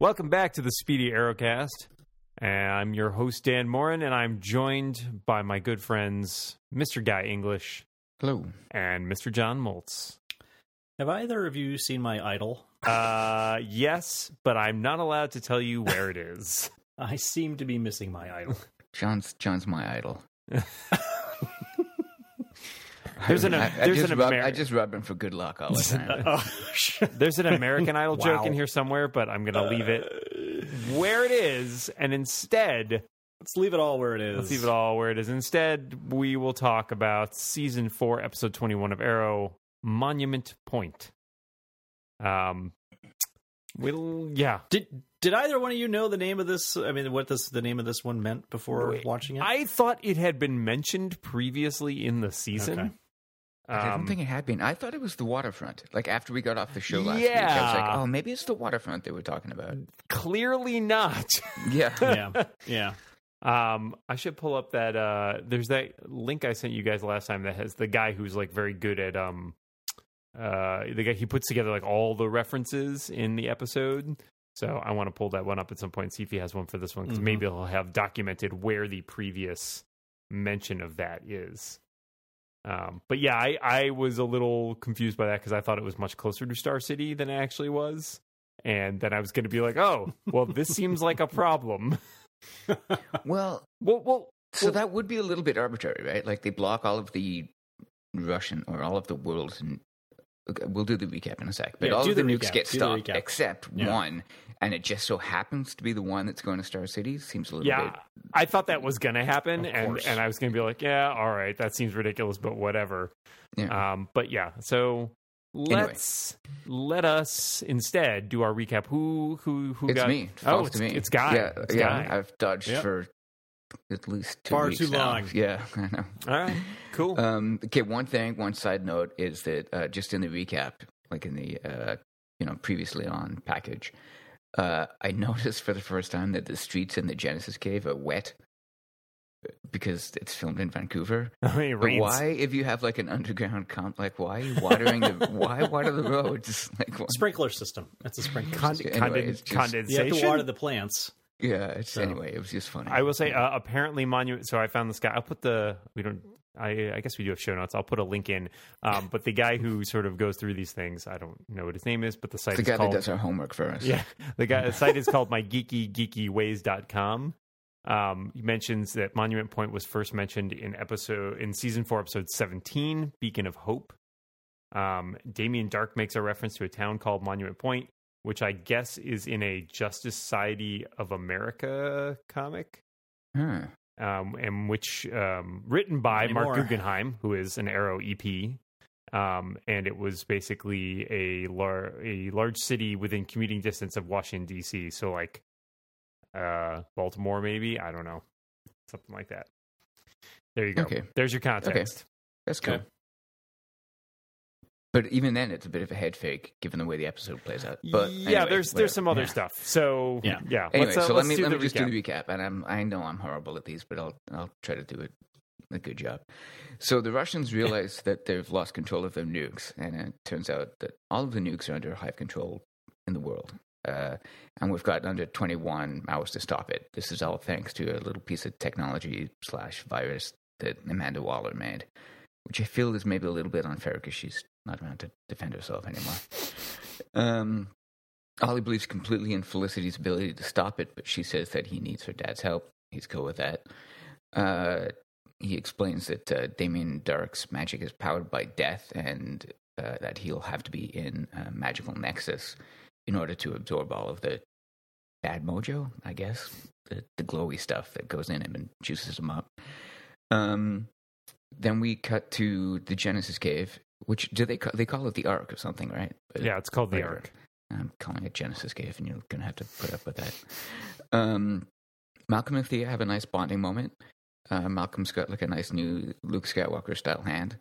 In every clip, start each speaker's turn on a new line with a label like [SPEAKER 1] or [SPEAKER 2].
[SPEAKER 1] Welcome back to the Speedy Aerocast. And I'm your host, Dan Morin, and I'm joined by my good friends, Mr. Guy English
[SPEAKER 2] Hello.
[SPEAKER 1] and Mr. John Moltz.
[SPEAKER 3] Have either of you seen my idol?
[SPEAKER 1] Uh, yes, but I'm not allowed to tell you where it is.
[SPEAKER 3] I seem to be missing my idol.
[SPEAKER 2] John's John's my idol.
[SPEAKER 1] There's an-
[SPEAKER 2] I, I
[SPEAKER 1] there's
[SPEAKER 2] just
[SPEAKER 1] an
[SPEAKER 2] rub,
[SPEAKER 1] Ameri-
[SPEAKER 2] I just rub him for good luck all the time.
[SPEAKER 3] oh,
[SPEAKER 1] There's an American Idol joke
[SPEAKER 3] Wow.
[SPEAKER 1] in here somewhere, but I'm going to leave
[SPEAKER 2] Uh,
[SPEAKER 1] it where it is. And instead,
[SPEAKER 3] Let's leave it all where it is.
[SPEAKER 1] Let's leave it all where it is. Instead, we will talk about season four, episode twenty-one of Arrow, Monument Point. Um, we'll yeah.
[SPEAKER 3] Did Did either one of you know the name of this? I mean, what this the name of this one meant before
[SPEAKER 1] Wait,
[SPEAKER 3] watching it?
[SPEAKER 1] I thought it had been mentioned previously in the season.
[SPEAKER 3] Okay.
[SPEAKER 2] I don't
[SPEAKER 1] Um,
[SPEAKER 2] think it had been. I thought it was the waterfront. Like after we got off the show last week, I was like,
[SPEAKER 1] Yeah.
[SPEAKER 2] "Oh, maybe it's the waterfront they were talking about."
[SPEAKER 1] clearly not.
[SPEAKER 2] Yeah,
[SPEAKER 3] yeah, yeah.
[SPEAKER 1] Um, I should pull up that. Uh, there's that link I sent you guys last time that has the guy who's like very good at um, uh, the guy he puts together like all the references in the episode. So I want to pull that one up at some point and see if he has one for this one because
[SPEAKER 3] Mhm.
[SPEAKER 1] maybe he'll have documented where the previous mention of that is. Um, but yeah, I, I was a little confused by that because I thought it was much closer to Star City than it actually was. And then I was going to be like, oh, well, this seems like a problem.
[SPEAKER 2] Well,
[SPEAKER 1] Well, well,
[SPEAKER 2] so
[SPEAKER 1] Well-
[SPEAKER 2] that would be a little bit arbitrary, right? Like they block all of the Russian or all of the world's. n- Okay, we'll do the recap in a sec, but
[SPEAKER 3] Yeah,
[SPEAKER 2] all
[SPEAKER 3] do
[SPEAKER 2] of the,
[SPEAKER 3] the
[SPEAKER 2] nukes
[SPEAKER 3] recap,
[SPEAKER 2] get
[SPEAKER 3] do the
[SPEAKER 2] stopped
[SPEAKER 3] recap.
[SPEAKER 2] except
[SPEAKER 3] Yeah.
[SPEAKER 2] one, and it just so happens to be the one that's going to Star City. Seems a little
[SPEAKER 1] yeah
[SPEAKER 2] bit.
[SPEAKER 1] i thought that was gonna happen
[SPEAKER 2] Of
[SPEAKER 1] and
[SPEAKER 2] course.
[SPEAKER 1] and i was gonna be like yeah all right that seems ridiculous but whatever
[SPEAKER 2] Yeah.
[SPEAKER 1] um but yeah so
[SPEAKER 2] Anyway.
[SPEAKER 1] let's let us instead do our recap who who who
[SPEAKER 2] It's
[SPEAKER 1] got
[SPEAKER 2] me. It
[SPEAKER 1] oh
[SPEAKER 2] falls
[SPEAKER 1] it's,
[SPEAKER 2] to me.
[SPEAKER 1] it's guy
[SPEAKER 2] Yeah,
[SPEAKER 1] it's
[SPEAKER 2] yeah. Uh,
[SPEAKER 1] guy
[SPEAKER 2] I've dodged
[SPEAKER 3] Yep.
[SPEAKER 2] for at least two
[SPEAKER 3] Far
[SPEAKER 2] weeks
[SPEAKER 3] too
[SPEAKER 2] now.
[SPEAKER 3] long.
[SPEAKER 2] Yeah, I know.
[SPEAKER 1] all right cool
[SPEAKER 2] Um, okay, one thing, one side note is that uh, just in the recap, like in the uh, you know previously on package, uh, I noticed for the first time that the streets in the Genesis Cave are wet because it's filmed in Vancouver.
[SPEAKER 1] I mean, it
[SPEAKER 2] But
[SPEAKER 1] rains.
[SPEAKER 2] why, if you have like an underground comp, like why are you watering the why water the roads? Like, why?
[SPEAKER 3] Sprinkler system. That's a sprinkler.
[SPEAKER 1] Con-
[SPEAKER 2] Anyway,
[SPEAKER 1] conden-
[SPEAKER 2] it's just-
[SPEAKER 3] You have
[SPEAKER 1] condensation
[SPEAKER 3] to water the plants.
[SPEAKER 2] yeah, it's
[SPEAKER 3] So-
[SPEAKER 2] anyway, it was just funny.
[SPEAKER 1] I will say, uh, apparently, monument. So I found this guy. I'll put the we don't. I, I guess we do have show notes. I'll put a link in. Um, but the guy who sort of goes through these things, I don't know what his name is, but the site
[SPEAKER 2] the
[SPEAKER 1] is
[SPEAKER 2] guy
[SPEAKER 1] called
[SPEAKER 2] that does our homework for us.
[SPEAKER 1] Yeah. The guy the site is called mygeekygeekyways.com. Um he mentions that Monument Point was first mentioned in episode in season 4 episode 17, Beacon of Hope. Um Damien Dark makes a reference to a town called Monument Point, which I guess is in a Justice Society of America comic.
[SPEAKER 2] Huh.
[SPEAKER 1] Um, and which um, written by Mark
[SPEAKER 3] Anymore.
[SPEAKER 1] Guggenheim, who is an Arrow EP, um, and it was basically a lar- a large city within commuting distance of Washington D.C. So like uh, Baltimore, maybe I don't know, something like that. There you go.
[SPEAKER 2] Okay.
[SPEAKER 1] There's your context.
[SPEAKER 2] That's cool.
[SPEAKER 3] Okay.
[SPEAKER 2] But even then, it's a bit of a head fake, given the way the episode plays out. But
[SPEAKER 1] yeah,
[SPEAKER 2] anyway,
[SPEAKER 1] there's there's some other
[SPEAKER 2] whatever.
[SPEAKER 1] stuff. So yeah,
[SPEAKER 3] Yeah.
[SPEAKER 2] Anyway,
[SPEAKER 1] uh,
[SPEAKER 2] so let me
[SPEAKER 1] do
[SPEAKER 2] let me
[SPEAKER 1] the
[SPEAKER 2] just
[SPEAKER 1] recap.
[SPEAKER 2] do the recap, and I'm I know I'm horrible at these, but I'll I'll try to do it a good job. So the Russians realize that they've lost control of their nukes, and it turns out that all of the nukes are under hive control in the world, uh, and we've got under 21 hours to stop it. This is all thanks to a little piece of technology slash virus that Amanda Waller made, which I feel is maybe a little bit unfair because she's not around to defend herself anymore. Um, Ollie believes completely in Felicity's ability to stop it, but she says that he needs her dad's help. He's cool with that. Uh, he explains that uh, Damien Dark's magic is powered by death and uh, that he'll have to be in a magical nexus in order to absorb all of the bad mojo, I guess, the, the glowy stuff that goes in him and juices him up. Um, then we cut to the Genesis Cave, which do they call, they call it the Ark or something, right? But-
[SPEAKER 1] Yeah, it's called the
[SPEAKER 2] Whatever.
[SPEAKER 1] Ark.
[SPEAKER 2] I'm calling it Genesis Cave, and you're going to have to put up with that. Um, Malcolm and Thea have a nice bonding moment. Uh, Malcolm's got like a nice new Luke Skywalker style hand.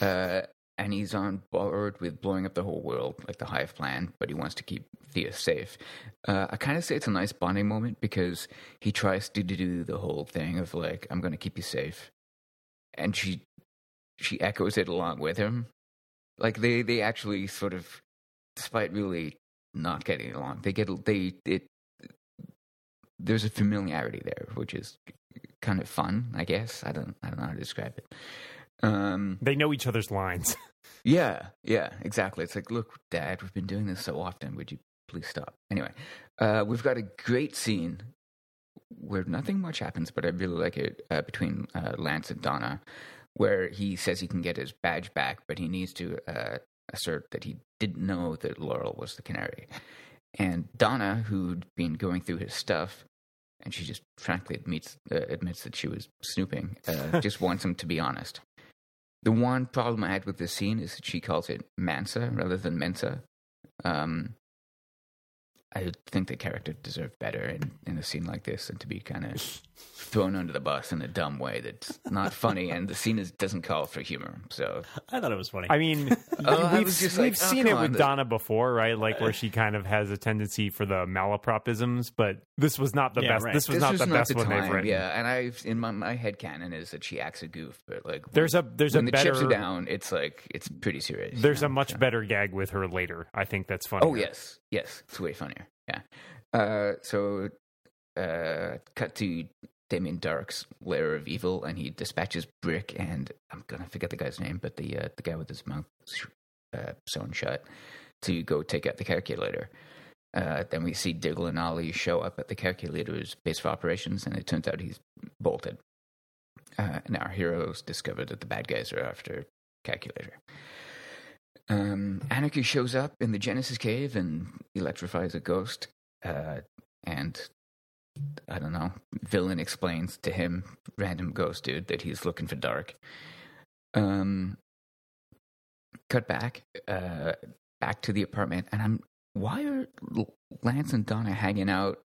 [SPEAKER 2] Uh, and he's on board with blowing up the whole world, like the Hive plan, but he wants to keep Thea safe. Uh, I kind of say it's a nice bonding moment because he tries to do the whole thing of like, I'm going to keep you safe. And she she echoes it along with him. Like they, they actually sort of despite really not getting along. They get they it. There's a familiarity there, which is kind of fun, I guess. I don't I don't know how to describe it. Um,
[SPEAKER 1] They know each other's lines.
[SPEAKER 2] yeah, yeah, exactly. It's like, look, Dad, we've been doing this so often. Would you please stop? Anyway, uh, we've got a great scene where nothing much happens, but I really like it uh, between uh, Lance and Donna, where he says he can get his badge back, but he needs to uh, assert that he didn't know that Laurel was the canary. And Donna, who'd been going through his stuff, and she just frankly admits uh, admits that she was snooping, uh, just wants him to be honest. The one problem I had with this scene is that she calls it Mansa rather than Mensa. Um, I think the character deserved better in, in a scene like this and to be kind of thrown under the bus in a dumb way that's not funny and the scene is, doesn't call for humor. So
[SPEAKER 3] I thought it was funny.
[SPEAKER 1] I mean,
[SPEAKER 2] Oh, I
[SPEAKER 1] we've,
[SPEAKER 2] was just
[SPEAKER 1] we've
[SPEAKER 2] like, oh,
[SPEAKER 1] seen
[SPEAKER 2] come
[SPEAKER 1] it
[SPEAKER 2] on,
[SPEAKER 1] with
[SPEAKER 2] the-
[SPEAKER 1] Donna before, right? Like where she kind of has a tendency for the malapropisms, but this was not the
[SPEAKER 3] Yeah,
[SPEAKER 1] best.
[SPEAKER 3] right.
[SPEAKER 1] This was not the best one they've written.
[SPEAKER 2] Yeah, and I've in my my head canon is that she acts a goof, but like
[SPEAKER 1] There's a there's
[SPEAKER 2] when
[SPEAKER 1] a
[SPEAKER 2] the
[SPEAKER 1] better
[SPEAKER 2] chips are down, it's like it's pretty serious.
[SPEAKER 1] there's
[SPEAKER 2] you
[SPEAKER 1] a
[SPEAKER 2] know?
[SPEAKER 1] much
[SPEAKER 2] So-
[SPEAKER 1] better gag with her later. I think that's funny.
[SPEAKER 2] Oh yes, yes, it's way funnier. Yeah. Uh, so, uh, cut to Damien Dark's lair of evil, and he dispatches Brick and I'm gonna forget the guy's name, but the uh, the guy with his mouth sh- uh, sewn shut to go take out the calculator. Uh, then we see Diggle and Ollie show up at the calculator's base of operations, and it turns out he's bolted. Uh, and our heroes discover that the bad guys are after calculator. Um, Anarchy shows up in the Genesis cave and electrifies a ghost. Uh, and I don't know. Villain explains to him, random ghost dude, that he's looking for Dark. Um, cut back, uh, back to the apartment, and I'm. Why are L- Lance and Donna hanging out?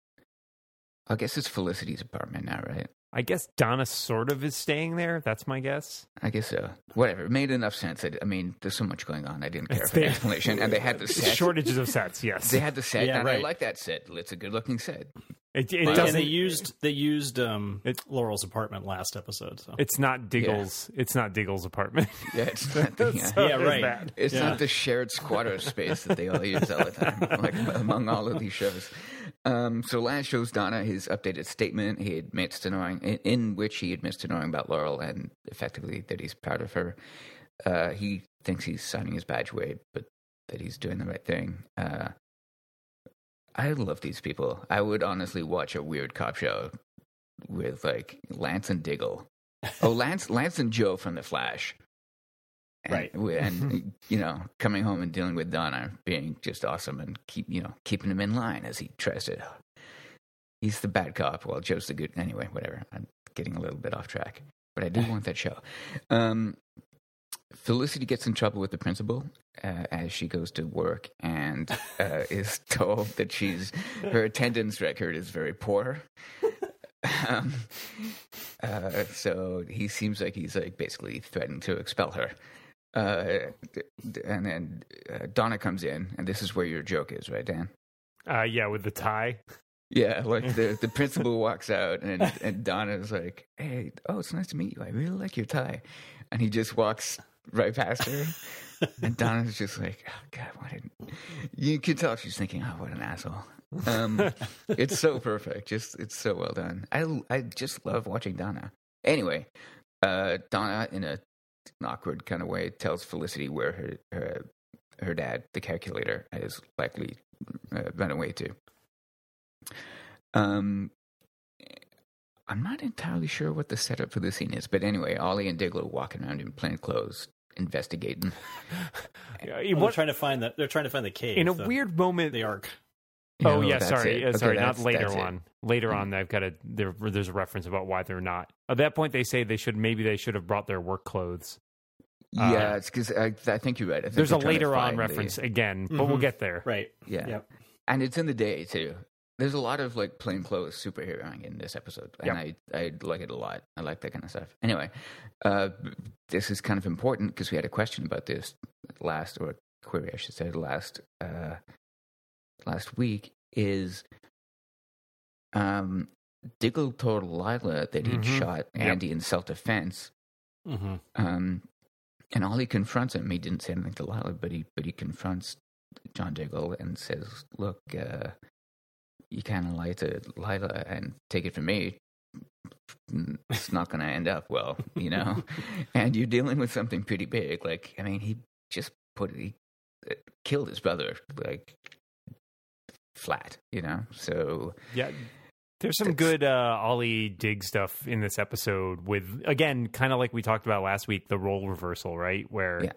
[SPEAKER 2] I guess it's Felicity's apartment now, right?
[SPEAKER 1] I guess Donna sort of is staying there. That's my guess.
[SPEAKER 2] I guess so. Whatever. It made enough sense. I, I mean, there's so much going on. I didn't care
[SPEAKER 1] It's
[SPEAKER 2] for the
[SPEAKER 1] there.
[SPEAKER 2] explanation. And they had the set.
[SPEAKER 1] Shortages of sets. Yes,
[SPEAKER 2] They had the set,
[SPEAKER 3] Yeah,
[SPEAKER 2] and I
[SPEAKER 3] right.
[SPEAKER 2] like that set. It's a good looking set.
[SPEAKER 1] it,
[SPEAKER 3] They-
[SPEAKER 1] it
[SPEAKER 3] and
[SPEAKER 1] doesn't.
[SPEAKER 3] they used they used um
[SPEAKER 1] It-
[SPEAKER 3] Laurel's apartment last episode. So
[SPEAKER 1] It's not Diggle's. It's not Diggle's apartment.
[SPEAKER 2] Yeah, it's not the, yeah.
[SPEAKER 1] So
[SPEAKER 3] Yeah,
[SPEAKER 1] there's
[SPEAKER 3] right.
[SPEAKER 1] that.
[SPEAKER 2] it's
[SPEAKER 3] yeah.
[SPEAKER 2] not the shared squatter space that they all use all the time, like among all of these shows. Um, so Lance shows Donna his updated statement. He admits to knowing, in, in which he admits to knowing about Laurel and effectively that he's proud of her. Uh, he thinks he's signing his badge away, but that he's doing the right thing. Uh, I love these people. I would honestly watch a weird cop show with like Lance and Diggle. Oh, Lance, Lance and Joe from The Flash. And,
[SPEAKER 3] Right.
[SPEAKER 2] we- and you know, coming home and dealing with Donna being just awesome and keep you know keeping him in line as he tries to. He's the bad cop while Joe's the good. Anyway, whatever. I'm getting a little bit off track, but I do want that show. Um, Felicity gets in trouble with the principal uh, as she goes to work and uh, is told that she's her attendance record is very poor. Um, uh, so he seems like he's like basically threatening to expel her. Uh, d- d- and then uh, Donna comes in, and this is where your joke is, right, Dan?
[SPEAKER 1] Uh, yeah, with the tie.
[SPEAKER 2] Yeah, like the the principal walks out, and and Donna's like, "Hey, oh, it's nice to meet you. I really like your tie," and he just walks right past her, and Donna's just like, "Oh God, what?" An... You can tell she's thinking, "Oh, what an asshole." Um, it's so perfect. Just it's so well done. I I just love watching Donna. Anyway, uh, Donna in a an awkward kind of way tells Felicity where her her her dad, the calculator, is likely uh, run away to. Um, I'm not entirely sure what the setup for the scene is, but anyway, Ollie and Diggle are walking around in plain clothes, investigating.
[SPEAKER 1] Yeah, it-
[SPEAKER 3] Well, they're
[SPEAKER 1] what-
[SPEAKER 3] trying to find the they're trying to find the cave
[SPEAKER 1] in a
[SPEAKER 3] the-
[SPEAKER 1] weird moment.
[SPEAKER 3] the arc.
[SPEAKER 1] oh
[SPEAKER 2] No,
[SPEAKER 1] yeah,
[SPEAKER 2] that's
[SPEAKER 1] sorry,
[SPEAKER 2] it.
[SPEAKER 1] uh,
[SPEAKER 2] Okay,
[SPEAKER 1] sorry, not
[SPEAKER 2] that's-
[SPEAKER 1] later
[SPEAKER 2] that's it. Mm-hmm.
[SPEAKER 1] on. Later on, I've got a there, there's a reference about why they're not. At that point, they say they should maybe they should have brought their work clothes. Uh,
[SPEAKER 2] yeah, it's because I, I think you're right. I think
[SPEAKER 1] There's
[SPEAKER 2] they're
[SPEAKER 1] a
[SPEAKER 2] trying to
[SPEAKER 1] later on
[SPEAKER 2] find the- Mm-hmm.
[SPEAKER 1] reference again, but we'll
[SPEAKER 3] Mhm.
[SPEAKER 1] get there.
[SPEAKER 3] Right.
[SPEAKER 2] yeah.
[SPEAKER 3] Yep.
[SPEAKER 2] and it's in the day too. There's a lot of like plainclothes superheroing in this episode, and I I like it a lot. I like that kind of stuff. Anyway, uh, this is kind of important because we had a question about this last or query I should say last uh, last week is um, Diggle told Lila that he'd
[SPEAKER 1] Mhm.
[SPEAKER 2] shot
[SPEAKER 1] Yep.
[SPEAKER 2] Andy in self defense,
[SPEAKER 3] Mm-hmm.
[SPEAKER 2] um, and Ollie confronts him. He didn't say anything to Lila, but he but he confronts John Diggle and says, "Look, uh, you kind of lied to Lila, and take it from me, it's not going to end up well, you know. and you're dealing with something pretty big. Like, I mean, he just put he uh, killed his brother, like flat, you know. So
[SPEAKER 1] Yeah. There's some good uh, Ollie Dig stuff in this episode with, again, kind of like we talked about last week, the role reversal, right? Where
[SPEAKER 2] Yeah.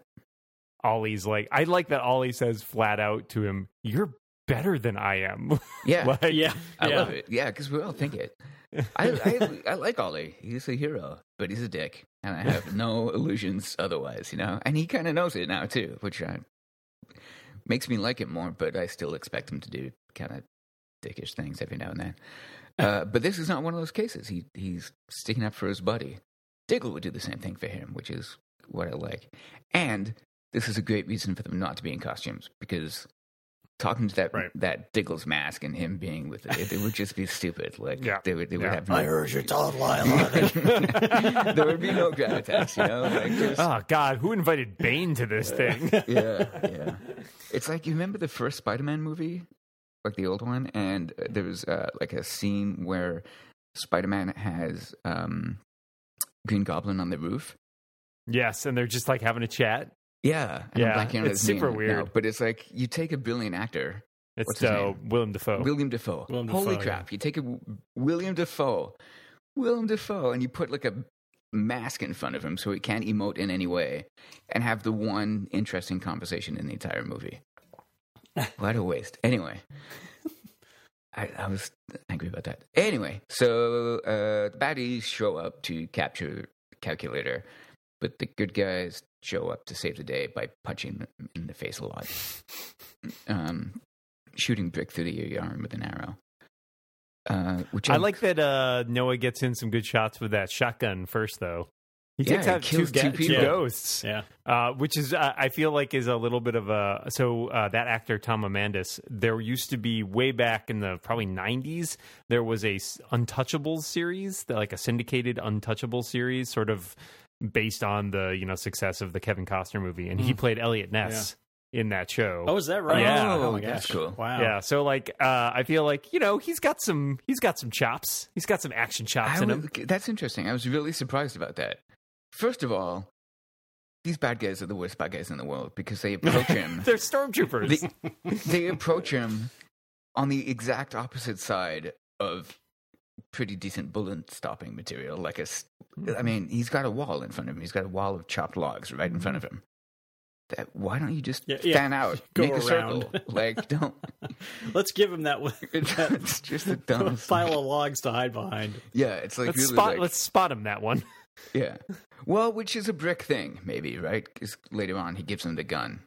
[SPEAKER 1] Ollie's like, I like that Ollie says flat out to him, You're better than I am.
[SPEAKER 2] yeah,
[SPEAKER 1] like,
[SPEAKER 3] yeah,
[SPEAKER 2] I
[SPEAKER 3] yeah.
[SPEAKER 2] love it. Yeah, because we all think it. I, I I like Ollie. He's a hero, but he's a dick, and I have no illusions otherwise, you know. And he kind of knows it now too, which I, makes me like it more. But I still expect him to do kind of dickish things every now and then. Uh, but this is not one of those cases. He he's sticking up for his buddy. Diggle would do the same thing for him, which is what I like. And this is a great reason for them not to be in costumes because talking to that
[SPEAKER 1] Right.
[SPEAKER 2] that Diggle's mask and him being with it, it would just be stupid. Like
[SPEAKER 1] Yeah.
[SPEAKER 2] they would they would
[SPEAKER 1] Yeah.
[SPEAKER 2] have no
[SPEAKER 3] you told
[SPEAKER 2] there would be no gravitas, you know. Like just,
[SPEAKER 1] oh, God, who invited Bane to this thing?
[SPEAKER 2] yeah, yeah. It's like you remember the first Spider-Man movie, like the old one, and uh, there was uh, like a scene where Spider-Man has um, Green Goblin on the roof.
[SPEAKER 1] yes. And they're just like having a chat.
[SPEAKER 2] Yeah, and I'm
[SPEAKER 1] Yeah,
[SPEAKER 2] blanking on
[SPEAKER 1] it's
[SPEAKER 2] his name
[SPEAKER 1] super
[SPEAKER 2] now,
[SPEAKER 1] weird.
[SPEAKER 2] but it's like you take a billion actor, What's
[SPEAKER 1] It's
[SPEAKER 2] his
[SPEAKER 1] uh, Willem Dafoe.
[SPEAKER 2] William Defoe.
[SPEAKER 3] Willem
[SPEAKER 2] Holy
[SPEAKER 3] Dafoe,
[SPEAKER 2] crap! You take a w- William Defoe, William Defoe, and you put like a mask in front of him so he can't emote in any way, and have the one interesting conversation in the entire movie. what a waste. Anyway, I, I was angry about that. Anyway, so uh, the baddies show up to capture Calculator, but the good guys show up to save the day by punching them in the face a lot, um, shooting Brick through the arm with an arrow. Uh, which
[SPEAKER 1] I like that uh, Noah gets in some good shots with that shotgun first, though. He
[SPEAKER 2] Yeah,
[SPEAKER 1] takes
[SPEAKER 2] he
[SPEAKER 1] out two,
[SPEAKER 2] kills
[SPEAKER 1] ga-
[SPEAKER 2] two
[SPEAKER 1] two
[SPEAKER 2] people.
[SPEAKER 1] ghosts.
[SPEAKER 3] Yeah.
[SPEAKER 1] uh, which is uh, I feel like is a little bit of a so uh, that actor Tom Amandis. There used to be way back in the probably '90s. There was a s- Untouchables series, that- like a syndicated Untouchable series, sort of based on the you know success of the Kevin Costner movie, and he
[SPEAKER 2] Mm.
[SPEAKER 1] played Elliot Ness in that show.
[SPEAKER 3] Oh, is that right?
[SPEAKER 1] Yeah.
[SPEAKER 3] Oh my gosh.
[SPEAKER 2] That's cool.
[SPEAKER 3] Wow.
[SPEAKER 1] Yeah, so like uh, I feel like you know he's got some he's got some chops. He's got some action chops
[SPEAKER 2] I
[SPEAKER 1] in
[SPEAKER 2] was-
[SPEAKER 1] him.
[SPEAKER 2] That's interesting. I was really surprised about that. First of all, these bad guys are the worst bad guys in the world because they approach him.
[SPEAKER 1] They're stormtroopers.
[SPEAKER 2] they, they approach him on the exact opposite side of pretty decent bullet stopping material. Like a, s- I
[SPEAKER 3] Mm-hmm.
[SPEAKER 2] mean, he's got a wall in front of him. He's got a wall of chopped logs right in front of him. That, why don't you just
[SPEAKER 3] Yeah, yeah.
[SPEAKER 2] stand out,
[SPEAKER 3] Go
[SPEAKER 2] make a
[SPEAKER 3] around.
[SPEAKER 2] circle? Like, don't.
[SPEAKER 3] Let's give him that, that
[SPEAKER 2] It's just the dumbest.
[SPEAKER 3] pile of logs to hide behind.
[SPEAKER 2] Yeah, it's like
[SPEAKER 1] let's
[SPEAKER 2] really
[SPEAKER 1] spot
[SPEAKER 2] like-
[SPEAKER 1] let's spot him that one.
[SPEAKER 2] Yeah. Well, which is a brick thing, maybe, right? 'Cause later on he gives him the gun.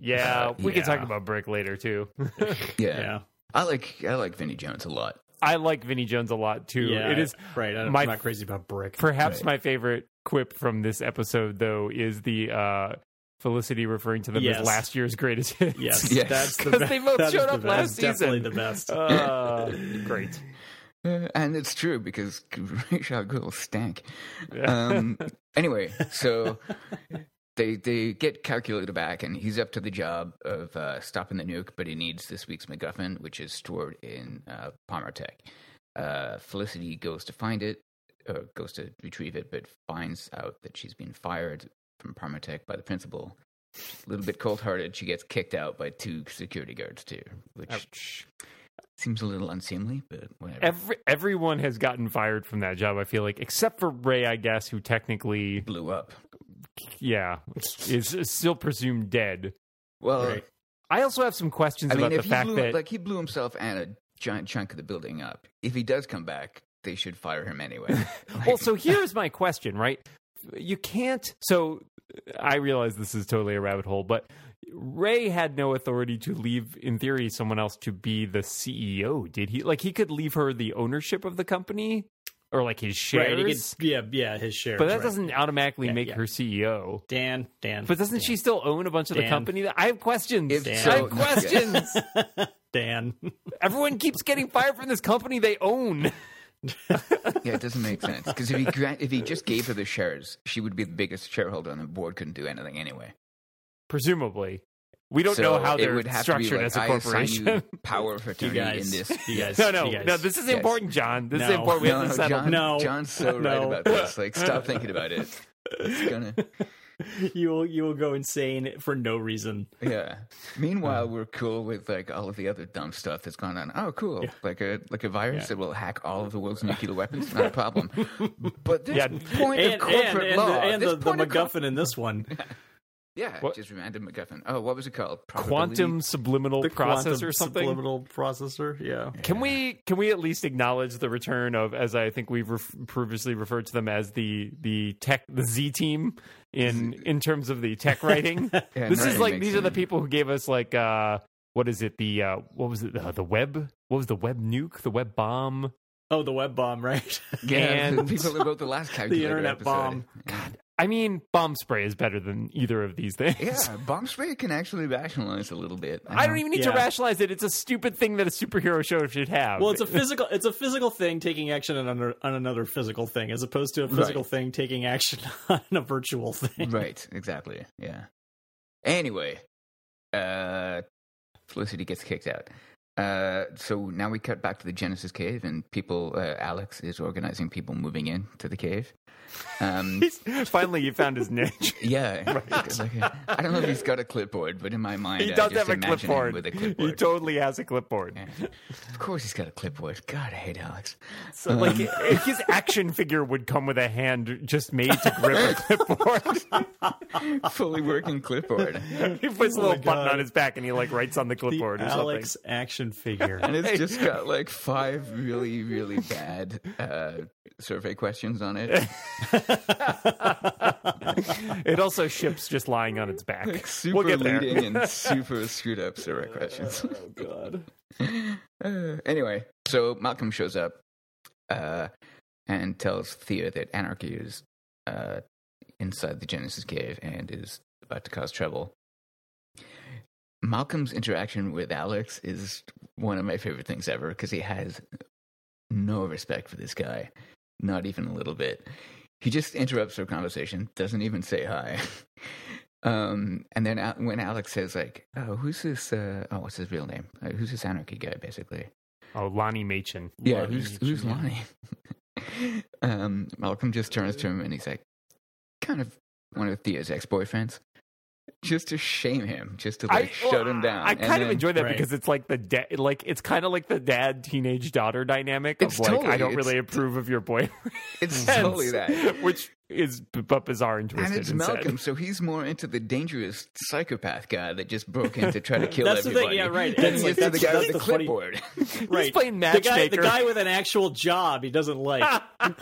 [SPEAKER 1] Yeah,
[SPEAKER 2] Uh,
[SPEAKER 1] we can talk
[SPEAKER 3] yeah.
[SPEAKER 1] about Brick later too.
[SPEAKER 2] Yeah.
[SPEAKER 3] Yeah.
[SPEAKER 2] I like I like Vinnie Jones a lot.
[SPEAKER 1] I like Vinnie Jones a lot too.
[SPEAKER 3] Yeah,
[SPEAKER 1] it is
[SPEAKER 3] right. I don't,
[SPEAKER 1] my-
[SPEAKER 3] I'm not crazy about brick.
[SPEAKER 1] perhaps
[SPEAKER 2] Right.
[SPEAKER 1] my favorite quip from this episode, though, is the uh, Felicity referring to them as
[SPEAKER 3] Yes.
[SPEAKER 1] last year's greatest hits.
[SPEAKER 3] Yes,
[SPEAKER 2] Yes.
[SPEAKER 3] that's the
[SPEAKER 1] 'Cause
[SPEAKER 3] best.
[SPEAKER 1] they both
[SPEAKER 3] that is
[SPEAKER 1] showed
[SPEAKER 3] the
[SPEAKER 1] up
[SPEAKER 3] best.
[SPEAKER 1] last
[SPEAKER 3] That's Definitely
[SPEAKER 1] season.
[SPEAKER 3] the best.
[SPEAKER 1] Uh, great.
[SPEAKER 2] Uh, and it's true because Rachel Gould stank. Um, anyway, so they they get Calculator back, and he's up to the job of uh, stopping the nuke, but he needs this week's MacGuffin, which is stored in uh, Palmer Tech. Uh, Felicity goes to find it, or goes to retrieve it, but finds out that she's been fired from Palmer Tech by the principal. A little bit cold hearted, she gets kicked out by two security guards too, which
[SPEAKER 1] Ouch.
[SPEAKER 2] seems a little unseemly, but whatever.
[SPEAKER 1] Every, everyone has gotten fired from that job, I feel like, except for Ray, I guess, who technically,
[SPEAKER 2] Blew up.
[SPEAKER 1] yeah, is, is still presumed dead.
[SPEAKER 2] Well,
[SPEAKER 3] Right.
[SPEAKER 1] I also have some questions
[SPEAKER 2] I mean,
[SPEAKER 1] about
[SPEAKER 2] if
[SPEAKER 1] the
[SPEAKER 2] he
[SPEAKER 1] fact
[SPEAKER 2] blew,
[SPEAKER 1] that.
[SPEAKER 2] like he blew himself and a giant chunk of the building up. If he does come back, they should fire him anyway. Like,
[SPEAKER 1] well, so here's my question, right? You can't. So I realize this is totally a rabbit hole, but Ray had no authority to leave, in theory, someone else to be the CEO, did he? Like, he could leave her the ownership of the company or like his shares,
[SPEAKER 3] Right, he gets, yeah, yeah, his share.
[SPEAKER 1] but that doesn't automatically make
[SPEAKER 3] yeah.
[SPEAKER 1] her CEO.
[SPEAKER 3] Dan, Dan,
[SPEAKER 1] But doesn't she still own a bunch of the
[SPEAKER 3] Dan.
[SPEAKER 1] company? I have questions.
[SPEAKER 2] If
[SPEAKER 1] I
[SPEAKER 2] so-
[SPEAKER 1] have questions.
[SPEAKER 3] Dan?
[SPEAKER 1] Everyone keeps getting fired from this company they own.
[SPEAKER 2] yeah, it doesn't make sense because if he grant, if he just gave her the shares, she would be the biggest shareholder on the board. Couldn't do anything anyway.
[SPEAKER 1] presumably. We don't know
[SPEAKER 2] So
[SPEAKER 1] how
[SPEAKER 2] it
[SPEAKER 1] they're
[SPEAKER 2] would have to be
[SPEAKER 1] structured
[SPEAKER 2] like,
[SPEAKER 1] as a
[SPEAKER 2] I assign you
[SPEAKER 1] corporation.
[SPEAKER 2] Power of
[SPEAKER 3] You
[SPEAKER 2] attorney in
[SPEAKER 3] guys,
[SPEAKER 2] this.
[SPEAKER 3] you guys,
[SPEAKER 1] No, no,
[SPEAKER 3] you guys.
[SPEAKER 1] no. This is
[SPEAKER 2] Yes.
[SPEAKER 1] important, John. This is
[SPEAKER 3] No.
[SPEAKER 1] important. We
[SPEAKER 2] No,
[SPEAKER 1] have to
[SPEAKER 2] no,
[SPEAKER 1] settle.
[SPEAKER 2] John,
[SPEAKER 3] No.
[SPEAKER 2] John's so right
[SPEAKER 3] No.
[SPEAKER 2] about this. Like, stop thinking about it. It's gonna,
[SPEAKER 3] you will you will go insane for no reason.
[SPEAKER 2] yeah. Meanwhile, we're cool with like all of the other dumb stuff that's gone on. Oh, cool! Like a like a virus
[SPEAKER 3] Yeah.
[SPEAKER 2] that will hack all of the world's nuclear weapons. Not a problem. But this
[SPEAKER 1] Yeah.
[SPEAKER 2] point
[SPEAKER 3] And,
[SPEAKER 2] of
[SPEAKER 3] and,
[SPEAKER 2] corporate
[SPEAKER 3] and,
[SPEAKER 2] law,
[SPEAKER 3] the, and
[SPEAKER 2] this
[SPEAKER 3] the, the
[SPEAKER 2] point of
[SPEAKER 3] MacGuffin in this one.
[SPEAKER 2] Yeah,
[SPEAKER 1] What-
[SPEAKER 2] just random MacGuffin. Oh, what was it called?
[SPEAKER 1] Quantum subliminal
[SPEAKER 3] The
[SPEAKER 1] process
[SPEAKER 3] quantum
[SPEAKER 1] or something.
[SPEAKER 3] Subliminal processor, yeah.
[SPEAKER 1] Can we can we at least acknowledge the return of as I think we've ref- previously referred to them as the the tech the Z team in in terms of the tech writing.
[SPEAKER 2] Yeah,
[SPEAKER 1] this
[SPEAKER 2] no,
[SPEAKER 1] is
[SPEAKER 2] it
[SPEAKER 1] like
[SPEAKER 2] makes
[SPEAKER 1] these are the
[SPEAKER 2] sense.
[SPEAKER 1] people who gave us like uh what is it the uh what was it uh, the web what was the web nuke the web bomb
[SPEAKER 3] Oh, the web bomb, right?
[SPEAKER 2] Yeah,
[SPEAKER 1] and-
[SPEAKER 2] the people who wrote the last
[SPEAKER 3] the
[SPEAKER 2] calculator
[SPEAKER 3] internet
[SPEAKER 2] episode.
[SPEAKER 3] bomb.
[SPEAKER 1] I mean bomb spray is better than either of these things.
[SPEAKER 2] Yeah, bomb spray can actually rationalize a little bit.
[SPEAKER 1] I don't
[SPEAKER 2] know.
[SPEAKER 1] even need to
[SPEAKER 3] Yeah.
[SPEAKER 1] rationalize it. It's a stupid thing that a superhero show should have.
[SPEAKER 3] Well, it's a physical it's a physical thing taking action on, another on another physical thing, as opposed to a physical
[SPEAKER 2] Right.
[SPEAKER 3] thing taking action on a virtual thing.
[SPEAKER 2] Right, exactly. Yeah. Anyway, uh, Felicity gets kicked out. Uh, so now we cut back to the Genesis cave, and people. Uh, Alex is organizing people moving in to the cave. Um,
[SPEAKER 1] finally you found his niche.
[SPEAKER 2] yeah, like, like, I don't know if he's got a clipboard, but in my mind,
[SPEAKER 1] He
[SPEAKER 2] I
[SPEAKER 1] does
[SPEAKER 2] uh, just
[SPEAKER 1] have a
[SPEAKER 2] imagine him
[SPEAKER 1] clipboard.
[SPEAKER 2] With a
[SPEAKER 1] He
[SPEAKER 2] clipboard.
[SPEAKER 1] totally has a clipboard.
[SPEAKER 2] Yeah. Of course, he's got a clipboard. God, I hate Alex.
[SPEAKER 1] So, like, his action figure would come with a hand just made to grip a clipboard.
[SPEAKER 2] Fully working clipboard.
[SPEAKER 1] he puts a little
[SPEAKER 3] my
[SPEAKER 1] button
[SPEAKER 3] God.
[SPEAKER 1] on his back and he like writes on the
[SPEAKER 3] The
[SPEAKER 1] clipboard or
[SPEAKER 3] Alex action figure.
[SPEAKER 2] And it's just got like five really, really bad uh, survey questions on it.
[SPEAKER 1] something. It also ships just lying on its back.
[SPEAKER 2] Super
[SPEAKER 1] We'll get there. Uh,
[SPEAKER 2] leading and super screwed up survey questions.
[SPEAKER 3] oh god.
[SPEAKER 2] Uh, anyway, so Malcolm shows up uh, and tells Thea that anarchy is uh, inside the Genesis cave and is about to cause trouble. Malcolm's interaction with Alex is one of my favorite things ever because he has no respect for this guy, not even a little bit. He just interrupts their conversation, doesn't even say hi. Um, and then Al- when Alex says like, "Oh, who's this? Uh, oh, what's his real name? Uh, who's this anarchy guy?" Basically,
[SPEAKER 1] Oh, Lonnie Machin.
[SPEAKER 2] yeah,
[SPEAKER 3] Lonnie
[SPEAKER 2] who's who's
[SPEAKER 3] Machin,
[SPEAKER 2] Lonnie? um, Malcolm just turns to him and he's like, kind of one of Thea's ex boyfriends, just to shame him, just to like shut
[SPEAKER 1] well,
[SPEAKER 2] him down.
[SPEAKER 1] I
[SPEAKER 2] And
[SPEAKER 1] kind of
[SPEAKER 2] then-
[SPEAKER 1] enjoy that
[SPEAKER 3] Right.
[SPEAKER 1] because it's like the da- like it's kind of like the dad teenage daughter dynamic
[SPEAKER 2] It's
[SPEAKER 1] of like
[SPEAKER 2] totally-
[SPEAKER 1] I don't
[SPEAKER 2] it's-
[SPEAKER 1] really approve of your boyfriend,
[SPEAKER 2] It's totally that.
[SPEAKER 1] which is b- but bizarre and twisted.
[SPEAKER 2] And it's
[SPEAKER 1] and sad.
[SPEAKER 2] Malcolm, so he's more into the dangerous psychopath guy that just broke in to try to kill
[SPEAKER 3] That's the
[SPEAKER 2] everybody.
[SPEAKER 3] thing, yeah, right.
[SPEAKER 2] Then
[SPEAKER 3] That's
[SPEAKER 2] he gets
[SPEAKER 3] like-
[SPEAKER 2] to the
[SPEAKER 3] that's-
[SPEAKER 2] guy
[SPEAKER 3] that's
[SPEAKER 2] with the
[SPEAKER 3] the funny-
[SPEAKER 2] clipboard.
[SPEAKER 3] Right.
[SPEAKER 1] playing
[SPEAKER 3] the guy, the
[SPEAKER 1] matchmaker.
[SPEAKER 3] guy with an actual job he doesn't like.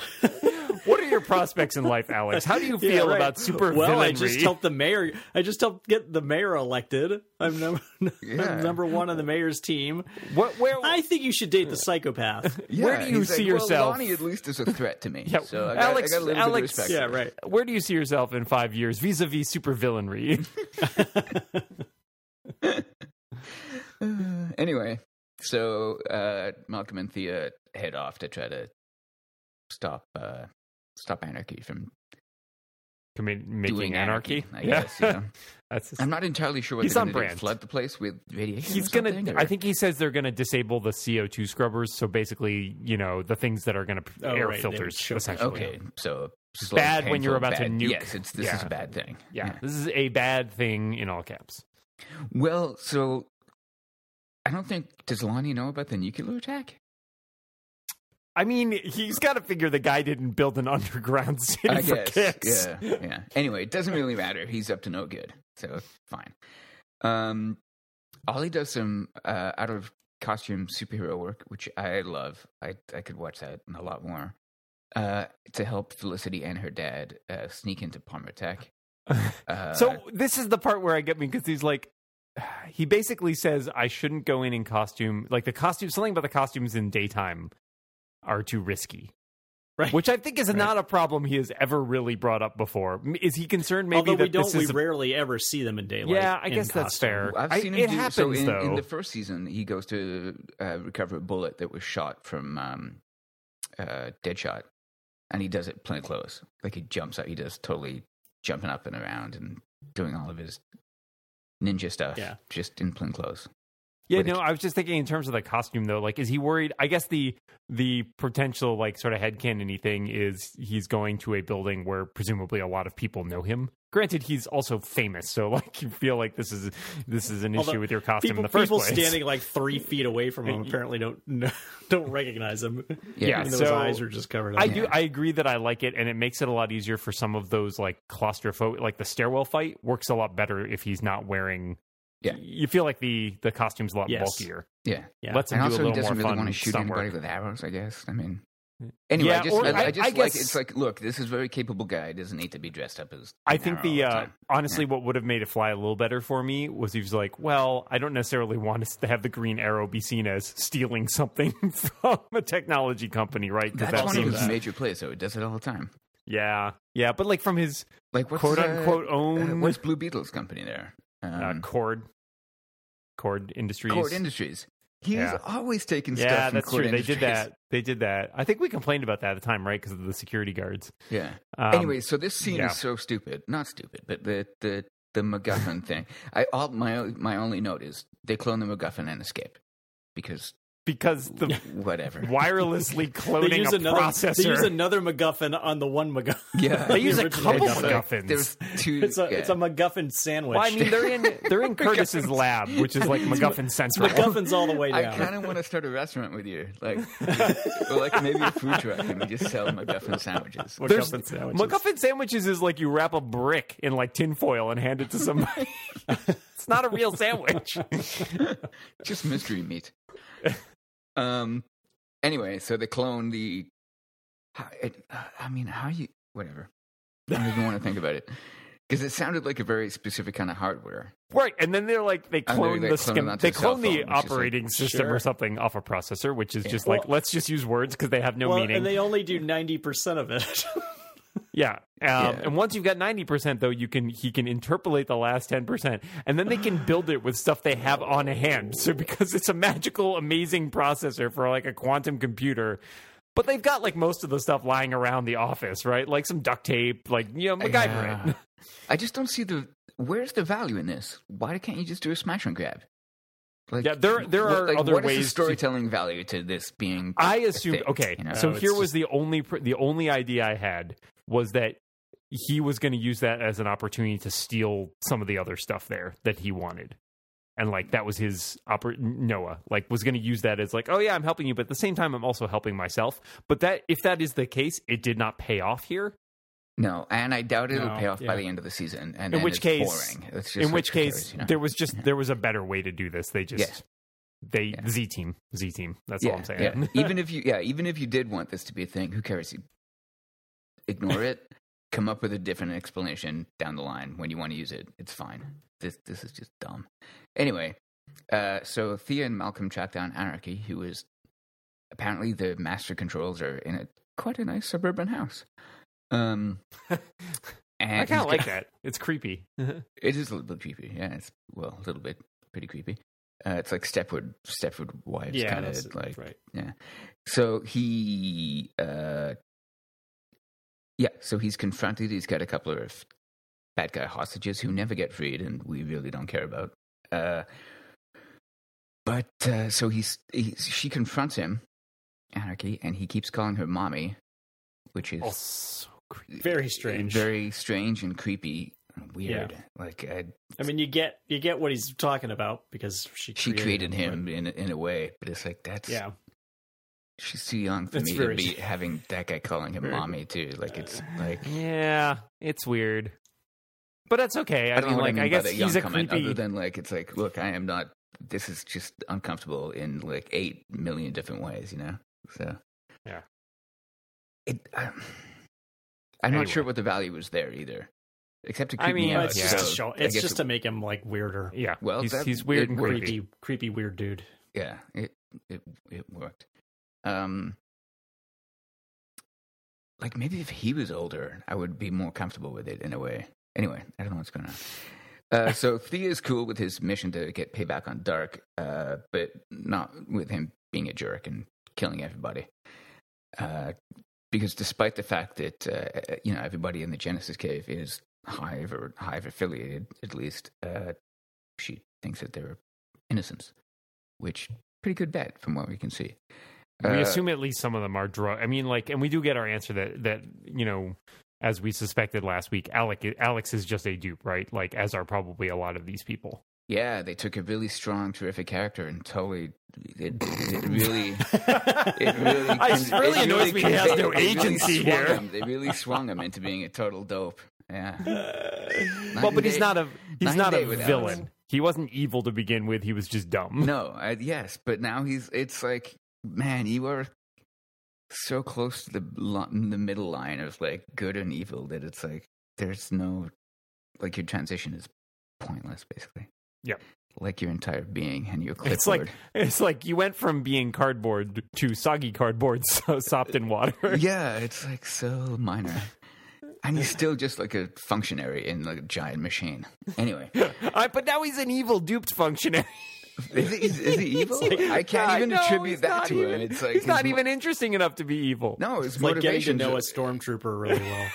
[SPEAKER 1] What are your prospects in life, Alex? How do you feel
[SPEAKER 3] Yeah, right.
[SPEAKER 1] about super
[SPEAKER 3] Well, I
[SPEAKER 1] villainry?
[SPEAKER 3] just helped the mayor. I just helped get the mayor elected. I'm number,
[SPEAKER 2] Yeah.
[SPEAKER 3] I'm number one on the mayor's team.
[SPEAKER 1] what, where,
[SPEAKER 3] I think you should date the psychopath.
[SPEAKER 1] Where do
[SPEAKER 2] Yeah,
[SPEAKER 1] you
[SPEAKER 2] he's
[SPEAKER 1] see
[SPEAKER 2] like, Well,
[SPEAKER 1] yourself?"
[SPEAKER 2] Lonnie at least is a threat to me.
[SPEAKER 1] Yeah,
[SPEAKER 2] so I got,
[SPEAKER 1] Alex-
[SPEAKER 2] I got a little
[SPEAKER 1] Alex-
[SPEAKER 2] bit of respect.
[SPEAKER 3] yeah,
[SPEAKER 2] for him.
[SPEAKER 3] right.
[SPEAKER 1] where do you see yourself in five years vis-a-vis super villainry?
[SPEAKER 2] Anyway, so uh, Malcolm and Thea head off to try to stop uh, stop anarchy from
[SPEAKER 1] Commit, making
[SPEAKER 2] doing
[SPEAKER 1] anarchy.
[SPEAKER 2] anarchy. I guess. Yeah.
[SPEAKER 1] That's just-
[SPEAKER 2] I'm not entirely sure what
[SPEAKER 1] He's
[SPEAKER 2] they're
[SPEAKER 1] on
[SPEAKER 2] gonna do,
[SPEAKER 1] brand.
[SPEAKER 2] Flood the place with radiation.
[SPEAKER 1] he's
[SPEAKER 2] or
[SPEAKER 1] gonna.
[SPEAKER 2] something,
[SPEAKER 1] I
[SPEAKER 2] or-
[SPEAKER 1] think he says they're gonna disable the CO2 scrubbers. So basically, you know, the things that are gonna
[SPEAKER 3] Oh,
[SPEAKER 1] air
[SPEAKER 3] right, they would
[SPEAKER 1] filters.
[SPEAKER 3] choke it.
[SPEAKER 1] Essentially,
[SPEAKER 2] Okay, so slow,
[SPEAKER 1] bad when
[SPEAKER 2] painful,
[SPEAKER 1] you're about to
[SPEAKER 2] bad-
[SPEAKER 1] nuke.
[SPEAKER 2] Yes, it's, this is
[SPEAKER 1] Yeah.
[SPEAKER 2] a bad thing.
[SPEAKER 1] Yeah, this is a bad thing in all caps.
[SPEAKER 2] Well, so I don't think does Lonnie know about the nuclear attack?
[SPEAKER 1] I mean, he's got to figure the guy didn't build an underground city
[SPEAKER 2] I
[SPEAKER 1] for
[SPEAKER 2] guess.
[SPEAKER 1] kicks.
[SPEAKER 2] Yeah. Yeah. Anyway, it doesn't really matter. He's up to no good. So fine. Um Ollie does some uh, out of costume superhero work, which I love. I I could watch that and a lot more. Uh, to help Felicity and her dad uh, sneak into Palmer Tech. Uh,
[SPEAKER 1] So this is the part where I get me because he's like, he basically says I shouldn't go in in costume. Like the costume, something about the costumes in daytime are too risky.
[SPEAKER 3] Right.
[SPEAKER 1] Which I think is not a problem he has ever really brought up before. M- Is he concerned maybe
[SPEAKER 3] Although
[SPEAKER 1] that
[SPEAKER 3] we don't,
[SPEAKER 1] this
[SPEAKER 3] we
[SPEAKER 1] is a-
[SPEAKER 3] rarely ever see them in daylight.
[SPEAKER 1] yeah? I
[SPEAKER 3] in
[SPEAKER 1] guess that's
[SPEAKER 3] costume.
[SPEAKER 1] fair.
[SPEAKER 2] I've
[SPEAKER 1] I-
[SPEAKER 2] seen him
[SPEAKER 1] it
[SPEAKER 2] do,
[SPEAKER 1] happens
[SPEAKER 2] so in,
[SPEAKER 1] though.
[SPEAKER 2] in the first season, he goes to uh, recover a bullet that was shot from um, uh, Deadshot, and he does it plain clothes. Like he jumps up, he does totally jumping up and around and doing all of his ninja stuff,
[SPEAKER 3] Yeah.
[SPEAKER 2] just in plain clothes.
[SPEAKER 1] Yeah,
[SPEAKER 2] with a
[SPEAKER 1] no, I was just thinking in terms of the costume though. Like, is he worried? I guess the the potential like sort of headcanon thing is he's going to a building where presumably a lot of people know him. Granted, he's also famous, so like you feel like this is this is an issue
[SPEAKER 3] Although
[SPEAKER 1] with your costume
[SPEAKER 3] People,
[SPEAKER 1] in the first
[SPEAKER 3] people
[SPEAKER 1] place.
[SPEAKER 3] standing like three feet away from him apparently don't know, don't recognize him.
[SPEAKER 1] Yeah,
[SPEAKER 3] even though his
[SPEAKER 1] so-
[SPEAKER 3] eyes are just covered. Up.
[SPEAKER 1] I do. I agree that I like it, and it makes it a lot easier for some of those like claustrophobic, like the stairwell fight works a lot better if he's not wearing.
[SPEAKER 2] Yeah.
[SPEAKER 1] you feel like the the costume's a lot
[SPEAKER 3] Yes.
[SPEAKER 1] bulkier.
[SPEAKER 2] Yeah.
[SPEAKER 3] Yeah.
[SPEAKER 1] Let's him do a
[SPEAKER 2] and also, he
[SPEAKER 1] little
[SPEAKER 2] doesn't
[SPEAKER 1] more
[SPEAKER 2] really
[SPEAKER 1] fun
[SPEAKER 2] want to shoot
[SPEAKER 1] stunt work.
[SPEAKER 2] anybody with arrows, I guess. I mean, anyway,
[SPEAKER 1] Yeah,
[SPEAKER 2] I just,
[SPEAKER 1] or
[SPEAKER 2] I,
[SPEAKER 1] I-
[SPEAKER 2] I just
[SPEAKER 1] I
[SPEAKER 2] like
[SPEAKER 1] guess-
[SPEAKER 2] it's like, look, this is a very capable guy. He doesn't need to be dressed up as.
[SPEAKER 1] I
[SPEAKER 2] an
[SPEAKER 1] think
[SPEAKER 2] arrow
[SPEAKER 1] the
[SPEAKER 2] all
[SPEAKER 1] uh,
[SPEAKER 2] time.
[SPEAKER 1] honestly, what would have made it fly a little better for me was he was like, "Well, I don't necessarily want us to have the Green Arrow be seen as stealing something from a technology company, right?" 'Cause
[SPEAKER 2] That's
[SPEAKER 1] that
[SPEAKER 2] one of
[SPEAKER 1] seems,
[SPEAKER 2] his major plays, though. He does it all the time.
[SPEAKER 1] yeah, yeah, but like from his
[SPEAKER 2] Like, what's
[SPEAKER 1] quote
[SPEAKER 2] uh,
[SPEAKER 1] unquote
[SPEAKER 2] Uh,
[SPEAKER 1] own
[SPEAKER 2] what's Blue Beetle's company there?
[SPEAKER 1] uh,
[SPEAKER 2] Um,
[SPEAKER 1] Cord Cord Industries.
[SPEAKER 2] Cord Industries. He's
[SPEAKER 1] Yeah.
[SPEAKER 2] always taking stuff.
[SPEAKER 1] yeah,
[SPEAKER 2] from
[SPEAKER 1] that's
[SPEAKER 2] Cord
[SPEAKER 1] true. They did
[SPEAKER 2] Industries.
[SPEAKER 1] that. They did that. I think we complained about that at the time, right? Because of the security guards.
[SPEAKER 2] Yeah.
[SPEAKER 1] Um,
[SPEAKER 2] anyway, so this scene
[SPEAKER 1] yeah.
[SPEAKER 2] is so stupid. Not stupid, but the the the MacGuffin thing. I all my my only note is they clone the MacGuffin and escape because
[SPEAKER 1] because the
[SPEAKER 2] whatever.
[SPEAKER 1] wirelessly cloning
[SPEAKER 3] They use
[SPEAKER 1] a
[SPEAKER 3] another.
[SPEAKER 1] processor.
[SPEAKER 3] They use another MacGuffin on the one MacGuffin.
[SPEAKER 2] Yeah.
[SPEAKER 1] They use a
[SPEAKER 3] original
[SPEAKER 1] couple
[SPEAKER 2] It's
[SPEAKER 3] MacGuffin.
[SPEAKER 2] like
[SPEAKER 1] MacGuffins.
[SPEAKER 2] There's two.
[SPEAKER 3] It's a
[SPEAKER 2] yeah.
[SPEAKER 3] it's a MacGuffin sandwich.
[SPEAKER 1] Well, I mean, they're in they're in Curtis's lab, which is like MacGuffin Central.
[SPEAKER 3] MacGuffins all the way
[SPEAKER 2] I
[SPEAKER 3] down.
[SPEAKER 2] kind of want to start a restaurant with you, like, or like maybe a food truck, and we just sell MacGuffin sandwiches.
[SPEAKER 1] There's-
[SPEAKER 3] MacGuffin sandwiches.
[SPEAKER 1] MacGuffin sandwiches is like you wrap a brick in like tinfoil and hand it to somebody. it's not a real sandwich.
[SPEAKER 2] just mystery meat. Um. Anyway, so they clone the. how- It, uh, I mean, how you? Whatever. I don't even want to think about it because it sounded like a very specific kind of hardware.
[SPEAKER 1] Right, and then they're like they
[SPEAKER 2] And
[SPEAKER 1] clone
[SPEAKER 2] they- they
[SPEAKER 1] the
[SPEAKER 2] clone it
[SPEAKER 1] skim,
[SPEAKER 2] onto
[SPEAKER 1] they
[SPEAKER 2] a cell
[SPEAKER 1] clone the
[SPEAKER 2] phone, which is like,
[SPEAKER 1] operating system
[SPEAKER 3] sure.
[SPEAKER 1] or something off a processor, which is just like
[SPEAKER 3] Well-
[SPEAKER 1] let's just use words because they have no
[SPEAKER 3] well,
[SPEAKER 1] meaning.
[SPEAKER 3] and they only do ninety percent of it.
[SPEAKER 1] Yeah. Um,
[SPEAKER 2] Yeah.
[SPEAKER 1] And once you've got ninety percent, though, you can he can interpolate the last ten percent, and then they can build it with stuff they have on hand. So because it's a magical, amazing processor for like a quantum computer, but they've got like most of the stuff lying around the office, right? Like some duct tape, like you know, MacGyver.
[SPEAKER 2] Yeah.
[SPEAKER 1] it.
[SPEAKER 2] I just don't see the where's the value in this. Why can't you just do a smash and grab? Like,
[SPEAKER 1] Yeah, there- there
[SPEAKER 2] what-
[SPEAKER 1] are
[SPEAKER 2] like,
[SPEAKER 1] other
[SPEAKER 2] what is
[SPEAKER 1] ways
[SPEAKER 2] the
[SPEAKER 1] to-
[SPEAKER 2] storytelling value to this being.
[SPEAKER 1] I assumed.
[SPEAKER 2] thing,
[SPEAKER 1] Okay,
[SPEAKER 2] you know?
[SPEAKER 1] so
[SPEAKER 3] No,
[SPEAKER 1] here
[SPEAKER 3] it's
[SPEAKER 1] was the only pr- the only idea I had was that he was going to use that as an opportunity to steal some of the other stuff there that he wanted, and like that was his oppor- Noah like was going to use that as like, oh yeah, I'm helping you, but at the same time, I'm also helping myself. But that if that is the case, it did not pay off here.
[SPEAKER 2] no, and I doubt it'll
[SPEAKER 3] No,
[SPEAKER 2] pay off
[SPEAKER 3] yeah.
[SPEAKER 2] by the end of the season. And
[SPEAKER 1] In
[SPEAKER 2] and
[SPEAKER 1] which
[SPEAKER 2] it's
[SPEAKER 1] case-
[SPEAKER 2] boring. It's just
[SPEAKER 1] In
[SPEAKER 2] like,
[SPEAKER 1] which
[SPEAKER 2] who
[SPEAKER 1] case,
[SPEAKER 2] cares, you know?
[SPEAKER 1] there was just there was a better way to do this. They just
[SPEAKER 2] Yes.
[SPEAKER 1] they
[SPEAKER 2] Yeah.
[SPEAKER 1] Z team Z team. That's all I'm saying.
[SPEAKER 2] Yeah. even if you, yeah, even if you did want this to be a thing, who cares? You ignore it. Come up with a different explanation down the line when you want to use it. It's fine. This this is just dumb. Anyway, uh, so Thea and Malcolm track down Anarchy, who is apparently the master controls are in a quite a nice suburban house. Um, and
[SPEAKER 1] I kind of
[SPEAKER 2] he's got-
[SPEAKER 1] like that. It's creepy.
[SPEAKER 2] it is a little bit creepy. Yeah, it's well, a little bit pretty creepy. Uh, it's like Stepford Stepford Wives
[SPEAKER 3] yeah,
[SPEAKER 2] kind
[SPEAKER 3] that's
[SPEAKER 2] of like
[SPEAKER 3] right.
[SPEAKER 2] so he, uh, yeah, so he's confronted. He's got a couple of bad guy hostages who never get freed, and we really don't care about. Uh, but uh, so he's, he's she confronts him, Anarchy, and he keeps calling her mommy, which is
[SPEAKER 1] oh, so creepy.
[SPEAKER 3] Very strange.
[SPEAKER 2] very strange and creepy, and weird. Like uh, I,
[SPEAKER 3] I mean, you get you get what he's talking about because she
[SPEAKER 2] she created, him
[SPEAKER 3] but-
[SPEAKER 2] in in a way, but it's like that's
[SPEAKER 3] Yeah,
[SPEAKER 2] she's too young for
[SPEAKER 3] That's
[SPEAKER 2] me
[SPEAKER 3] very-
[SPEAKER 2] to be having that guy calling him
[SPEAKER 3] Very-
[SPEAKER 2] mommy too. Like it's like.
[SPEAKER 1] Yeah, it's weird, but that's okay. I,
[SPEAKER 2] I, don't
[SPEAKER 1] mean,
[SPEAKER 2] know what
[SPEAKER 1] like,
[SPEAKER 2] I mean
[SPEAKER 1] I guess
[SPEAKER 2] by that
[SPEAKER 1] he's
[SPEAKER 2] young
[SPEAKER 1] a
[SPEAKER 2] comment,
[SPEAKER 1] creepy.
[SPEAKER 2] other than like it's like, look, I am not. This is just uncomfortable in like eight million different ways, you know. So
[SPEAKER 1] Yeah.
[SPEAKER 2] it. Um, I'm
[SPEAKER 1] Anyway.
[SPEAKER 2] not sure what the value was there either, except to
[SPEAKER 1] I
[SPEAKER 2] creep
[SPEAKER 1] mean,
[SPEAKER 2] me
[SPEAKER 3] Well,
[SPEAKER 2] out.
[SPEAKER 3] it's
[SPEAKER 1] yeah.
[SPEAKER 3] just
[SPEAKER 2] so
[SPEAKER 3] to show,
[SPEAKER 2] I
[SPEAKER 3] it's
[SPEAKER 2] guess
[SPEAKER 3] just to make him like weirder,
[SPEAKER 1] yeah,
[SPEAKER 2] Well,
[SPEAKER 1] he's,
[SPEAKER 2] that-
[SPEAKER 1] he's weird
[SPEAKER 2] it
[SPEAKER 1] and
[SPEAKER 2] worked.
[SPEAKER 1] creepy.
[SPEAKER 3] creepy, creepy weird dude.
[SPEAKER 2] yeah, it it it worked. Um, like maybe if he was older, I would be more comfortable with it in a way. Anyway, I don't know what's going on. Uh, so Thea is cool with his mission to get payback on Dark, uh, but not with him being a jerk and killing everybody. Uh, because despite the fact that uh, you know everybody in the Genesis Cave is Hive or Hive affiliated, at least uh, she thinks that they're innocents, which pretty good bet from what we can see.
[SPEAKER 1] we
[SPEAKER 2] Uh,
[SPEAKER 1] assume at least some of them are drug. I mean, like, and we do get our answer that that you know, as we suspected last week, Alex Alex is just a dupe, right? Like, as are probably a lot of these people.
[SPEAKER 2] yeah, they took a really strong, terrific character and totally it, it really it really,
[SPEAKER 1] I just
[SPEAKER 2] con-
[SPEAKER 1] really
[SPEAKER 2] it
[SPEAKER 1] annoys me he has
[SPEAKER 2] conveyed-
[SPEAKER 1] no
[SPEAKER 2] they really
[SPEAKER 1] agency
[SPEAKER 2] swung
[SPEAKER 1] here.
[SPEAKER 2] Him. They really swung him into being a total dope. Yeah.
[SPEAKER 1] well, but he's
[SPEAKER 2] They-
[SPEAKER 1] not a he's
[SPEAKER 2] night
[SPEAKER 1] not
[SPEAKER 2] and
[SPEAKER 1] a
[SPEAKER 2] day with Alex.
[SPEAKER 1] villain. He wasn't evil to begin with. He was just dumb.
[SPEAKER 2] No, uh, yes, but now he's. It's like, man, you are so close to the lo- the middle line of like good and evil that it's like there's no like your transition is pointless, basically.
[SPEAKER 1] Yep.
[SPEAKER 2] Like your entire being and your clipboard.
[SPEAKER 1] It's like it's like you went from being cardboard to soggy cardboard so sopped in water.
[SPEAKER 2] yeah, it's like so minor. And he's still just like a functionary in like a giant machine. Anyway,
[SPEAKER 1] I, but now he's an evil duped functionary.
[SPEAKER 2] is he, is he evil? I can't
[SPEAKER 1] Yeah,
[SPEAKER 2] even
[SPEAKER 1] know, he's
[SPEAKER 2] attribute that
[SPEAKER 1] not
[SPEAKER 2] to
[SPEAKER 1] even-
[SPEAKER 2] him. It's like
[SPEAKER 1] he's
[SPEAKER 2] his
[SPEAKER 1] not
[SPEAKER 2] mo-
[SPEAKER 1] even interesting enough to be evil.
[SPEAKER 2] No, his
[SPEAKER 3] It's like getting to
[SPEAKER 2] motivations.
[SPEAKER 3] know
[SPEAKER 2] are-
[SPEAKER 3] a stormtrooper really well.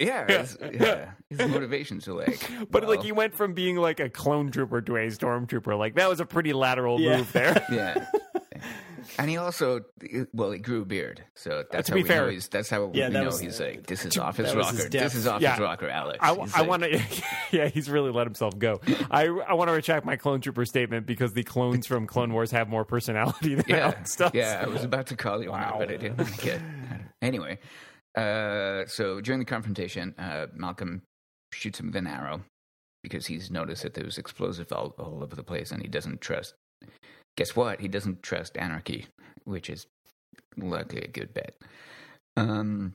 [SPEAKER 2] Yeah, his, yeah. His motivations are like.
[SPEAKER 1] But like
[SPEAKER 2] well,
[SPEAKER 1] he went from being like a clone trooper to a stormtrooper. Like that was a pretty lateral
[SPEAKER 3] Yeah.
[SPEAKER 1] move there.
[SPEAKER 2] Yeah. And he also, well, he grew a beard, so that's
[SPEAKER 1] to
[SPEAKER 2] how
[SPEAKER 1] be
[SPEAKER 2] we
[SPEAKER 1] fair.
[SPEAKER 2] know he's. That's how
[SPEAKER 3] Yeah,
[SPEAKER 2] we
[SPEAKER 3] that
[SPEAKER 2] know
[SPEAKER 3] was-
[SPEAKER 2] he's like. This is
[SPEAKER 3] to-
[SPEAKER 2] off his
[SPEAKER 3] that was
[SPEAKER 2] rocker.
[SPEAKER 3] his
[SPEAKER 2] this
[SPEAKER 3] depth.
[SPEAKER 2] is off
[SPEAKER 1] Yeah.
[SPEAKER 2] his rocker, Alex.
[SPEAKER 1] I,
[SPEAKER 2] He's
[SPEAKER 1] I
[SPEAKER 2] like-
[SPEAKER 1] want to, yeah, he's really let himself go. I, I want to retract my clone trooper statement because the clones from Clone Wars have more personality than
[SPEAKER 2] Yeah,
[SPEAKER 1] Alex does.
[SPEAKER 2] yeah. I was about to call you on it, but I didn't want to get. Anyway, uh, so during the confrontation, uh, Malcolm shoots him with an arrow because he's noticed that there's explosive all, all over the place, and he doesn't trust. Guess what? He doesn't trust anarchy, which is luckily a good bet. Um,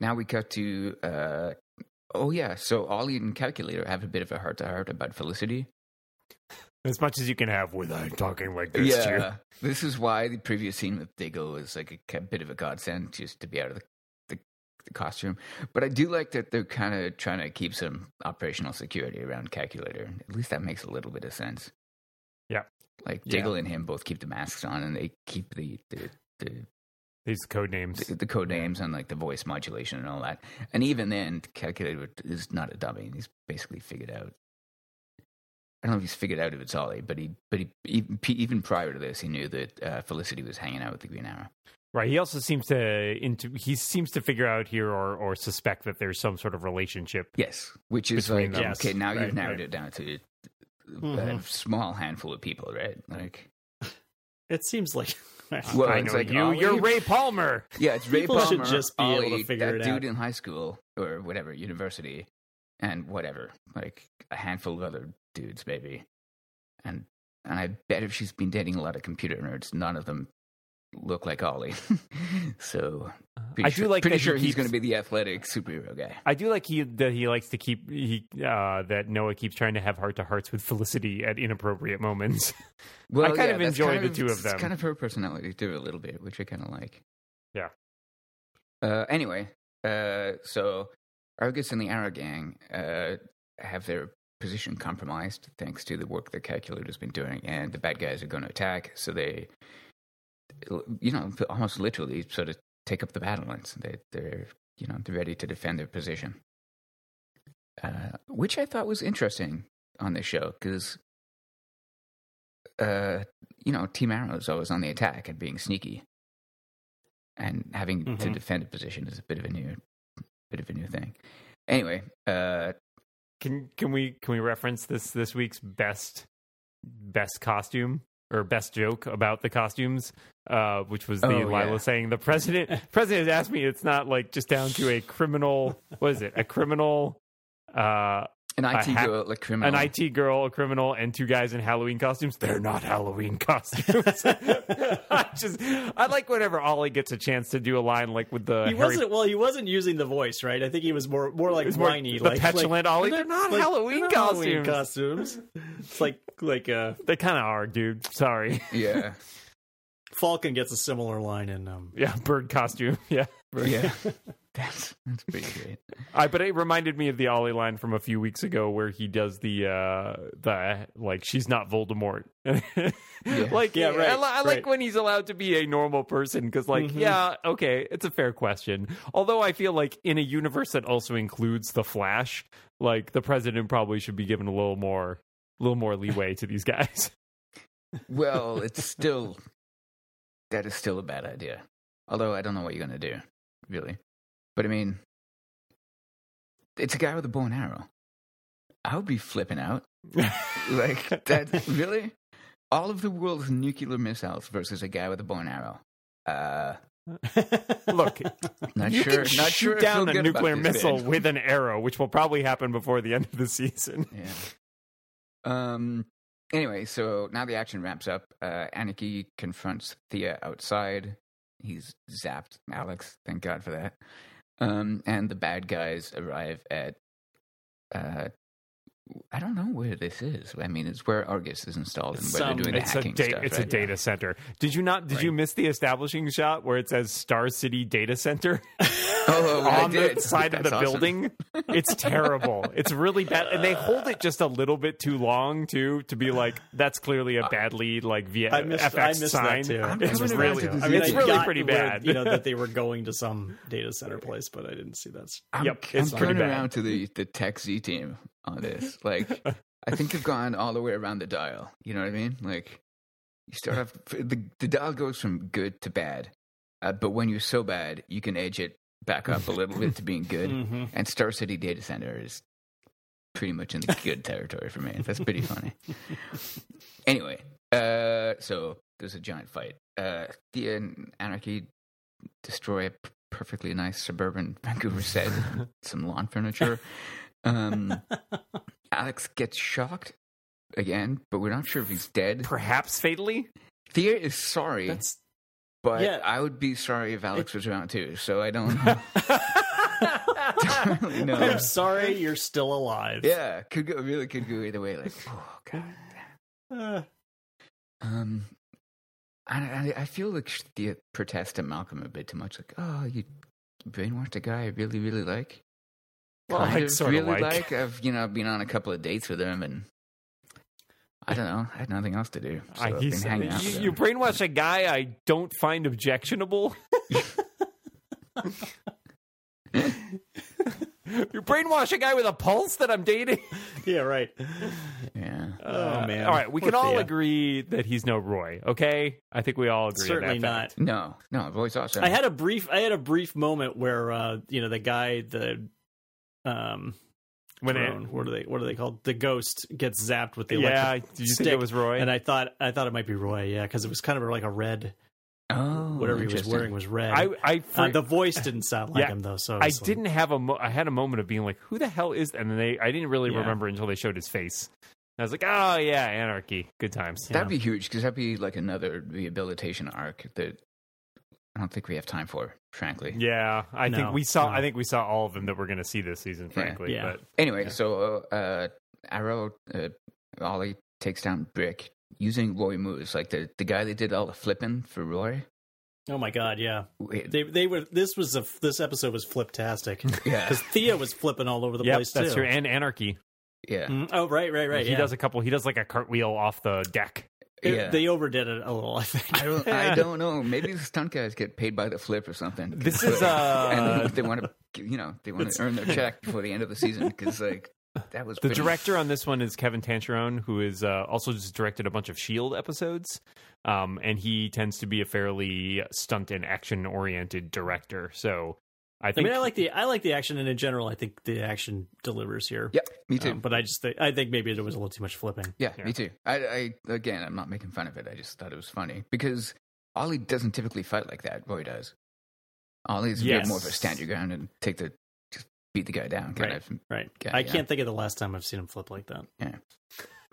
[SPEAKER 2] now we cut to. Uh, oh yeah, so Ollie and Calculator have a bit of a heart to heart about Felicity.
[SPEAKER 1] As much as you can have without talking like this to you.
[SPEAKER 2] Yeah, this is why the previous scene with Diggle is like a, ca- bit of a godsend just to be out of the, the, the costume. But I do like that they're kind of trying to keep some operational security around Calculator. At least that makes a little bit of sense.
[SPEAKER 1] Yeah.
[SPEAKER 2] like
[SPEAKER 1] Yeah.
[SPEAKER 2] Diggle and him both keep the masks on, and they keep the the the,
[SPEAKER 1] These code names.
[SPEAKER 2] the, the code names and like the voice modulation and all that. And even then, Calculator is not a dummy. He's basically figured out. I don't know if he's figured out if it's Ollie, but he, but he, even, even prior to this, he knew that uh, Felicity was hanging out with the Green Arrow.
[SPEAKER 1] Right. He also seems to into he seems to figure out here or or suspect that there's some sort of relationship.
[SPEAKER 2] Yes, which is
[SPEAKER 1] Between
[SPEAKER 2] like
[SPEAKER 1] them.
[SPEAKER 2] okay. Now
[SPEAKER 1] Yes, right,
[SPEAKER 2] you've narrowed
[SPEAKER 1] right. Mm-hmm.
[SPEAKER 2] it down to a
[SPEAKER 3] Mhm.
[SPEAKER 2] small handful of people, right? Like,
[SPEAKER 3] It seems like
[SPEAKER 2] Well,
[SPEAKER 1] I
[SPEAKER 2] it's
[SPEAKER 1] know
[SPEAKER 2] like oh,
[SPEAKER 1] you.
[SPEAKER 2] Ollie-
[SPEAKER 1] You're Ray Palmer.
[SPEAKER 2] yeah, it's Ray
[SPEAKER 3] People should
[SPEAKER 2] Palmer,
[SPEAKER 3] just be able to
[SPEAKER 2] Ollie,
[SPEAKER 3] figure
[SPEAKER 2] that
[SPEAKER 3] it
[SPEAKER 2] dude
[SPEAKER 3] out.
[SPEAKER 2] in high school or whatever university, and whatever, like a handful of other dudes, maybe. And and I bet if she's been dating a lot of computer nerds, none of them look like Ollie. so pretty
[SPEAKER 1] Uh, I do
[SPEAKER 2] sure,
[SPEAKER 1] like
[SPEAKER 2] pretty
[SPEAKER 1] that he
[SPEAKER 2] sure he's
[SPEAKER 1] keeps-
[SPEAKER 2] going to be the athletic superhero guy.
[SPEAKER 1] I do like he that he likes to keep he uh, that Noah keeps trying to have heart to hearts with Felicity at inappropriate moments.
[SPEAKER 2] Well,
[SPEAKER 1] kind
[SPEAKER 2] yeah,
[SPEAKER 1] of
[SPEAKER 2] that's
[SPEAKER 1] enjoy
[SPEAKER 2] kind
[SPEAKER 1] the two of
[SPEAKER 2] it's
[SPEAKER 1] them.
[SPEAKER 2] Kind of her personality too, a little bit, which I kind of like.
[SPEAKER 1] Yeah.
[SPEAKER 2] Uh, anyway, uh, so Argus and the Arrow Gang uh, have their position compromised thanks to the work that Calculator's been doing, and the bad guys are going to attack. So they, you know, almost literally sort of take up the battlements. They, they're, you know, they're ready to defend their position, uh, which I thought was interesting on this show because uh, you know, Team Arrow is always on the attack and being sneaky, and having to
[SPEAKER 3] Mhm.
[SPEAKER 2] defend a position is a bit of a new, bit of a new thing. Anyway, uh,
[SPEAKER 1] Can can we can we reference this this week's best best costume or best joke about the costumes, uh, which was the
[SPEAKER 2] Oh,
[SPEAKER 1] Lila
[SPEAKER 2] yeah.
[SPEAKER 1] saying the president president has asked me it's not like just down to a criminal what is it a criminal uh,
[SPEAKER 2] an IT
[SPEAKER 1] hack-
[SPEAKER 2] girl, like criminal,
[SPEAKER 1] an IT girl, a criminal, and two guys in Halloween costumes. They're not Halloween costumes. I just, I like whenever Ollie gets a chance to do a line like with the
[SPEAKER 3] he
[SPEAKER 1] Harry-
[SPEAKER 3] wasn't. Well, he wasn't using the voice, right? I think he was more more like
[SPEAKER 1] It was more
[SPEAKER 3] whiny,
[SPEAKER 1] the
[SPEAKER 3] like
[SPEAKER 1] petulant
[SPEAKER 3] like,
[SPEAKER 1] Ollie. They're not
[SPEAKER 3] like,
[SPEAKER 1] Halloween
[SPEAKER 3] they're not Halloween
[SPEAKER 1] costumes.
[SPEAKER 3] costumes. It's like like uh,
[SPEAKER 1] They kind of are, dude. Sorry.
[SPEAKER 2] yeah,
[SPEAKER 3] Falcon gets a similar line in um.
[SPEAKER 1] Yeah, bird costume. Yeah.
[SPEAKER 2] yeah. That's that's pretty great.
[SPEAKER 1] I but it reminded me of the Ollie line from a few weeks ago where he does the uh the like she's not Voldemort. Like
[SPEAKER 3] Yeah,
[SPEAKER 1] yeah,
[SPEAKER 3] right,
[SPEAKER 1] I, li- I like
[SPEAKER 3] right.
[SPEAKER 1] when he's allowed to be a normal person because like
[SPEAKER 2] Mm-hmm.
[SPEAKER 3] Mhm.
[SPEAKER 1] yeah okay it's a fair question. Although I feel like in a universe that also includes the Flash, like the president probably should be given a little more little more leeway to these guys.
[SPEAKER 2] Well, it's still that is still a bad idea. Although I don't know what you're gonna do, really. But I mean, it's a guy with a bow and arrow. I would be flipping out. Like that, really? All of the world's nuclear missiles versus a guy with a bow and arrow. Uh,
[SPEAKER 1] Look,
[SPEAKER 2] not
[SPEAKER 1] you
[SPEAKER 2] sure.
[SPEAKER 1] can shoot
[SPEAKER 2] not sure I feel
[SPEAKER 1] down a
[SPEAKER 2] good about
[SPEAKER 1] nuclear
[SPEAKER 2] this
[SPEAKER 1] missile
[SPEAKER 2] bit.
[SPEAKER 1] with an arrow, which will probably happen before the end of the season.
[SPEAKER 2] Yeah. Um. Anyway, so now the action ramps up. Uh, Anarchy confronts Thea outside. He's zapped Alex. Thank God for that. Um, and the bad guys arrive at. Uh, I don't know where this is. I mean, it's where Argus is installed and where
[SPEAKER 3] Some-
[SPEAKER 2] they're doing
[SPEAKER 1] It's
[SPEAKER 2] the
[SPEAKER 1] a,
[SPEAKER 2] hacking
[SPEAKER 1] da-
[SPEAKER 2] stuff.
[SPEAKER 1] it's a
[SPEAKER 2] right?
[SPEAKER 1] data center. Did you not? Did you miss the establishing shot where it says Star City Data Center
[SPEAKER 2] Oh, I
[SPEAKER 1] on the
[SPEAKER 2] did.
[SPEAKER 1] side of
[SPEAKER 2] That's
[SPEAKER 1] the
[SPEAKER 2] awesome.
[SPEAKER 1] building? It's terrible. it's really bad, and they hold it just a little bit too long too to be like that's clearly
[SPEAKER 2] Uh,
[SPEAKER 1] a badly like VFX
[SPEAKER 3] I missed- I missed that,
[SPEAKER 1] sign.
[SPEAKER 3] too. I'm
[SPEAKER 1] It's
[SPEAKER 2] coming around
[SPEAKER 1] really,
[SPEAKER 2] to this
[SPEAKER 1] I mean, it's
[SPEAKER 2] issue.
[SPEAKER 1] really
[SPEAKER 3] got
[SPEAKER 1] pretty
[SPEAKER 3] where,
[SPEAKER 1] bad.
[SPEAKER 3] you know that they were going to some data center place, but I didn't see that.
[SPEAKER 2] I'm,
[SPEAKER 1] Yep,
[SPEAKER 2] I'm
[SPEAKER 1] it's pretty
[SPEAKER 2] turning
[SPEAKER 1] bad.
[SPEAKER 2] around to the the tech Z team on this. Like, I think they've gone all the way around the dial. You know what I mean? Like, you start off the the dial goes from good to bad, uh, but when you're so bad, you can edge it back up a little bit to being good.
[SPEAKER 1] Hmm.
[SPEAKER 3] Mm-hmm.
[SPEAKER 2] And Star City Data Center is pretty much in the good territory for me. That's pretty funny. Anyway, uh, so there's a giant fight. Uh, Thea and Anarchy destroy a p- perfectly nice suburban Vancouver set, and some lawn furniture. Um, Alex gets shocked again, but we're not sure if he's dead.
[SPEAKER 1] Perhaps fatally.
[SPEAKER 2] Thea is sorry,
[SPEAKER 3] That's
[SPEAKER 2] but
[SPEAKER 3] yeah.
[SPEAKER 2] I would be sorry if Alex was around too. So I don't. don't really know.
[SPEAKER 3] I'm sorry, you're still alive.
[SPEAKER 2] Yeah, could go really could go either way. Like, oh god.
[SPEAKER 3] Uh,
[SPEAKER 2] Um, I I, I feel like sh- the protest to Malcolm a bit too much. Like, oh, you brainwashed a guy I really really like.
[SPEAKER 1] Well,
[SPEAKER 2] Kind
[SPEAKER 1] like,
[SPEAKER 2] of
[SPEAKER 1] sorta
[SPEAKER 2] really
[SPEAKER 1] like.
[SPEAKER 2] I've you know been on a couple of dates with him and. I don't know. I had nothing else to do. So
[SPEAKER 1] I-
[SPEAKER 2] I, have been
[SPEAKER 1] he's-
[SPEAKER 2] hanging out. with
[SPEAKER 1] you,
[SPEAKER 2] him.
[SPEAKER 1] you brainwash a guy I don't find objectionable. you brainwash a guy with a pulse that I'm dating.
[SPEAKER 3] yeah, right.
[SPEAKER 2] yeah.
[SPEAKER 3] Oh man.
[SPEAKER 1] Uh, All right, we
[SPEAKER 3] Poor
[SPEAKER 1] can all
[SPEAKER 3] Thea.
[SPEAKER 1] agree that he's no Roy. Okay, I think we all agree. on
[SPEAKER 3] Certainly
[SPEAKER 1] that
[SPEAKER 3] not.
[SPEAKER 1] fact.
[SPEAKER 2] No, no. I've always thought so.
[SPEAKER 3] I had a brief. I had a brief moment where uh, you know the guy, the um,
[SPEAKER 1] When it-
[SPEAKER 3] drone, what are they? What are they called? The ghost gets zapped with the
[SPEAKER 1] yeah,
[SPEAKER 3] electric,
[SPEAKER 1] do you think it
[SPEAKER 3] stick
[SPEAKER 1] was Roy?
[SPEAKER 3] and I thought I thought it might be Roy. Yeah, because it was kind of like a red.
[SPEAKER 2] oh,
[SPEAKER 3] whatever he was
[SPEAKER 2] interesting.
[SPEAKER 3] wearing was red.
[SPEAKER 1] I, I,
[SPEAKER 3] Uh,
[SPEAKER 1] for-
[SPEAKER 3] the voice didn't sound like
[SPEAKER 1] Yeah.
[SPEAKER 3] him though, so
[SPEAKER 1] I
[SPEAKER 3] was like-
[SPEAKER 1] didn't have a. Mo- I had a moment of being like, "Who the hell is?" And then they, I didn't really
[SPEAKER 3] Yeah.
[SPEAKER 1] remember until they showed his face. And I was like, "Oh yeah, anarchy, good times."
[SPEAKER 2] That'd be huge because that'd be like another rehabilitation arc that I don't think we have time for, frankly.
[SPEAKER 1] Yeah, I think
[SPEAKER 3] No,
[SPEAKER 1] we saw.
[SPEAKER 3] no.
[SPEAKER 1] I think we saw all of them that we're going to see this season. Frankly,
[SPEAKER 3] Yeah.
[SPEAKER 2] Anyway, so uh, Arrow uh, Ollie takes down Brick using Roy moves, like the the guy that did all the flipping for Roy.
[SPEAKER 3] Oh my god, yeah.
[SPEAKER 2] Wait,
[SPEAKER 3] They they were. This was a. This episode was fliptastic
[SPEAKER 2] yeah,
[SPEAKER 3] because Thea was flipping all over the
[SPEAKER 1] but yep,
[SPEAKER 3] place
[SPEAKER 1] that's
[SPEAKER 3] too.
[SPEAKER 1] true. And anarchy.
[SPEAKER 2] yeah,
[SPEAKER 3] Mm, oh right, right, right.
[SPEAKER 1] he
[SPEAKER 3] yeah.
[SPEAKER 1] does a couple. He does like a cartwheel off the deck.
[SPEAKER 3] It-
[SPEAKER 2] yeah.
[SPEAKER 3] They overdid it a little, I think.
[SPEAKER 2] I don't, I don't know. Maybe the stunt guys get paid by the flip or something.
[SPEAKER 1] This is uh,
[SPEAKER 2] and they want to, you know, they want to earn their check before the end of the season because like that was
[SPEAKER 1] the
[SPEAKER 2] pretty-
[SPEAKER 1] director on this one is Kevin Tancherone, who is uh, also just directed a bunch of Shield E episodes, um, and he tends to be a fairly stunt and action oriented director. So I
[SPEAKER 3] I
[SPEAKER 1] think
[SPEAKER 3] mean, I like the I like the action, and in general, I think the action delivers here.
[SPEAKER 2] Yep, me too.
[SPEAKER 3] Um, but I just think, I think maybe there was a little too much flipping.
[SPEAKER 2] Yeah,
[SPEAKER 1] Yeah.
[SPEAKER 2] me too. I, I again, I'm not making fun of it. I just thought it was funny because Ollie doesn't typically fight like that. Roy does. Ollie's a bit
[SPEAKER 3] Yes.
[SPEAKER 2] more of a stand your ground and take the just beat the guy down kind of.
[SPEAKER 3] Right.
[SPEAKER 2] Yeah,
[SPEAKER 3] I
[SPEAKER 2] yeah.
[SPEAKER 3] can't think of the last time I've seen him flip like that.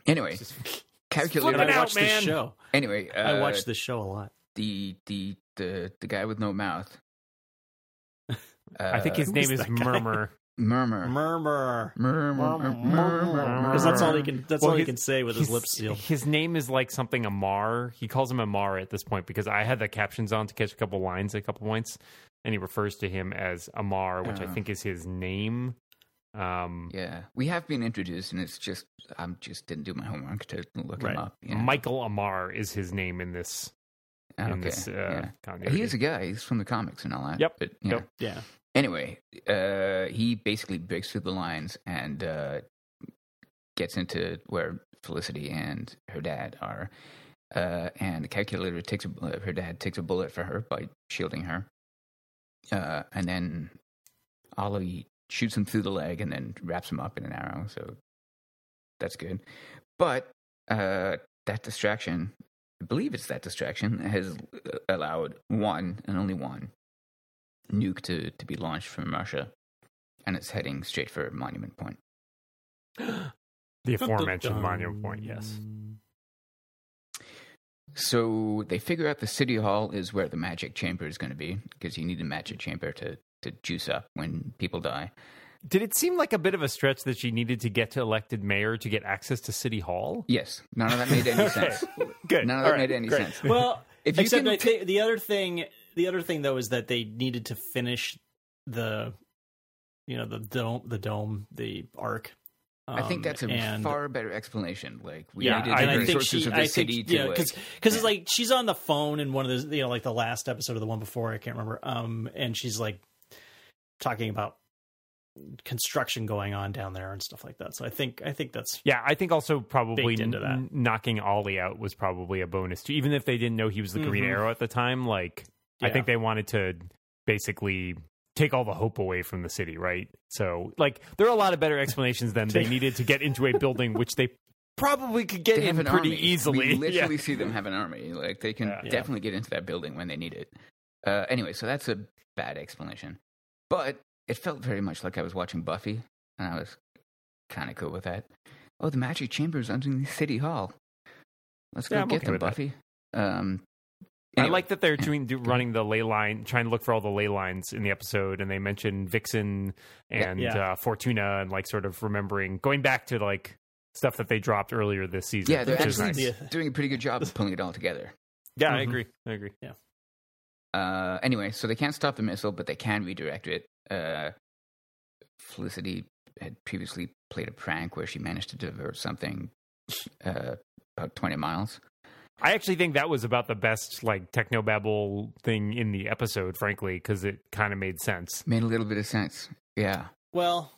[SPEAKER 2] Anyway,
[SPEAKER 1] Flip
[SPEAKER 3] But
[SPEAKER 1] it
[SPEAKER 2] calculated.
[SPEAKER 3] I
[SPEAKER 1] out,
[SPEAKER 3] watched
[SPEAKER 1] man.
[SPEAKER 3] this show.
[SPEAKER 2] Anyway, uh,
[SPEAKER 3] I watched this show a lot.
[SPEAKER 2] the the the the guy with no mouth. uh,
[SPEAKER 1] I think his
[SPEAKER 3] uh, who
[SPEAKER 1] name
[SPEAKER 3] is
[SPEAKER 1] is
[SPEAKER 3] that guy?
[SPEAKER 1] Murmur.
[SPEAKER 2] murmur.
[SPEAKER 3] Murmur.
[SPEAKER 2] Murmur, murmur, murmur.
[SPEAKER 3] Because that's all he can. That's
[SPEAKER 1] Well,
[SPEAKER 3] all he
[SPEAKER 1] his-
[SPEAKER 3] can say with his lips sealed.
[SPEAKER 1] his name is like something Amar. He calls him Amar at this point because I had the captions on to catch a couple lines at a couple points, and he refers to him as Amar, which I
[SPEAKER 2] Oh.
[SPEAKER 1] think is his name. Um,
[SPEAKER 2] Yeah, we have been introduced, and it's just I just didn't do my homework to look
[SPEAKER 3] Right.
[SPEAKER 2] him up. Yeah.
[SPEAKER 1] Michael Amar is his name in this. In
[SPEAKER 2] okay.
[SPEAKER 1] this uh,
[SPEAKER 2] yeah.
[SPEAKER 1] continuity.
[SPEAKER 2] He is a guy. He's from the comics and all that.
[SPEAKER 1] Yep.
[SPEAKER 2] But, you know.
[SPEAKER 1] Yep.
[SPEAKER 3] Yeah.
[SPEAKER 2] Anyway, uh, he basically breaks through the lines and uh, gets into where Felicity and her dad are, uh, and the calculator takes a, bu- her dad takes a bullet for her by shielding her, uh, and then Ollie shoots him through the leg and then wraps him up in an arrow. So that's good, but uh, that distraction, I believe it's that distraction, has uh, allowed one and only one nuke to, to be launched from Russia, and it's heading straight for Monument Point.
[SPEAKER 1] The
[SPEAKER 3] Dun, dun,
[SPEAKER 1] aforementioned
[SPEAKER 3] dun.
[SPEAKER 1] Monument Point,
[SPEAKER 2] Mm.
[SPEAKER 1] yes.
[SPEAKER 2] So they figure out the city hall is where the magic chamber is going to be because you need the magic chamber to, to juice up when people die.
[SPEAKER 1] Did it seem like a bit of a stretch that she needed to get to elected mayor to get access to City Hall?
[SPEAKER 2] Yes, none of that made any sense.
[SPEAKER 1] Good.
[SPEAKER 2] None of
[SPEAKER 1] All
[SPEAKER 2] that
[SPEAKER 1] right,
[SPEAKER 2] made any
[SPEAKER 1] great.
[SPEAKER 2] sense.
[SPEAKER 3] Well,
[SPEAKER 2] If you
[SPEAKER 3] except
[SPEAKER 2] can
[SPEAKER 3] I think the other thing, the other thing though, is that they needed to finish the, you know, the dome, the dome, the arc.
[SPEAKER 2] I think that's a
[SPEAKER 3] Um, and-
[SPEAKER 2] far better explanation. Like we
[SPEAKER 3] yeah,
[SPEAKER 2] needed
[SPEAKER 1] I
[SPEAKER 2] the
[SPEAKER 1] agree.
[SPEAKER 3] think
[SPEAKER 2] resources
[SPEAKER 3] she,
[SPEAKER 2] of
[SPEAKER 3] I
[SPEAKER 2] the
[SPEAKER 3] think,
[SPEAKER 2] city to
[SPEAKER 3] yeah,
[SPEAKER 2] like,
[SPEAKER 3] because it's like she's on the phone in one of those, you know, like the last episode of the one before, I can't remember. Um, and she's like talking about construction going on down there and stuff like that. So I think, I think that's
[SPEAKER 1] Yeah, I think also probably
[SPEAKER 3] Baked into that.
[SPEAKER 1] n- knocking Ollie out was probably a bonus too. Even if they didn't know he was the Green
[SPEAKER 3] Mhm.
[SPEAKER 1] Arrow at the time, like I
[SPEAKER 3] Yeah.
[SPEAKER 1] think they wanted to basically take all the hope away from the city, right? So, like, there are a lot of better explanations than they needed to get into a building, which they probably could get
[SPEAKER 2] they have
[SPEAKER 1] in
[SPEAKER 2] an
[SPEAKER 1] pretty
[SPEAKER 2] army.
[SPEAKER 1] easily.
[SPEAKER 2] We literally
[SPEAKER 1] Yeah.
[SPEAKER 2] see them have an army. Like they can
[SPEAKER 1] Yeah.
[SPEAKER 3] Yeah.
[SPEAKER 2] definitely get into that building when they need it. Uh, anyway, so that's a bad explanation, but it felt very much like I was watching Buffy, and I was kind of cool with that. Oh, the magic chamber's underneath City Hall. Let's go
[SPEAKER 1] Yeah, I'm
[SPEAKER 2] get
[SPEAKER 1] okay
[SPEAKER 2] them,
[SPEAKER 1] with that.
[SPEAKER 2] Buffy. Um,
[SPEAKER 1] I
[SPEAKER 2] anyway,
[SPEAKER 1] like that they're doing do, running the ley line, trying to look for all the ley lines in the episode, and they mention Vixen and
[SPEAKER 3] Yeah.
[SPEAKER 1] Uh, Fortuna, and like sort of remembering going back to like stuff that they dropped earlier this season.
[SPEAKER 2] Yeah, they're
[SPEAKER 1] which is
[SPEAKER 2] actually
[SPEAKER 1] nice. Mm-hmm.
[SPEAKER 3] Yeah.
[SPEAKER 2] doing a pretty good job of pulling it all together.
[SPEAKER 1] Yeah, I
[SPEAKER 3] Mhm.
[SPEAKER 1] agree. I agree.
[SPEAKER 2] Uh, anyway, so they can't stop the missile, but they can redirect it. Uh, Felicity had previously played a prank where she managed to divert something uh, about 20 miles.
[SPEAKER 1] I actually think that was about the best like technobabble thing in the episode, frankly, because it kind of made sense.
[SPEAKER 2] Made a little bit of sense. Yeah.
[SPEAKER 3] well,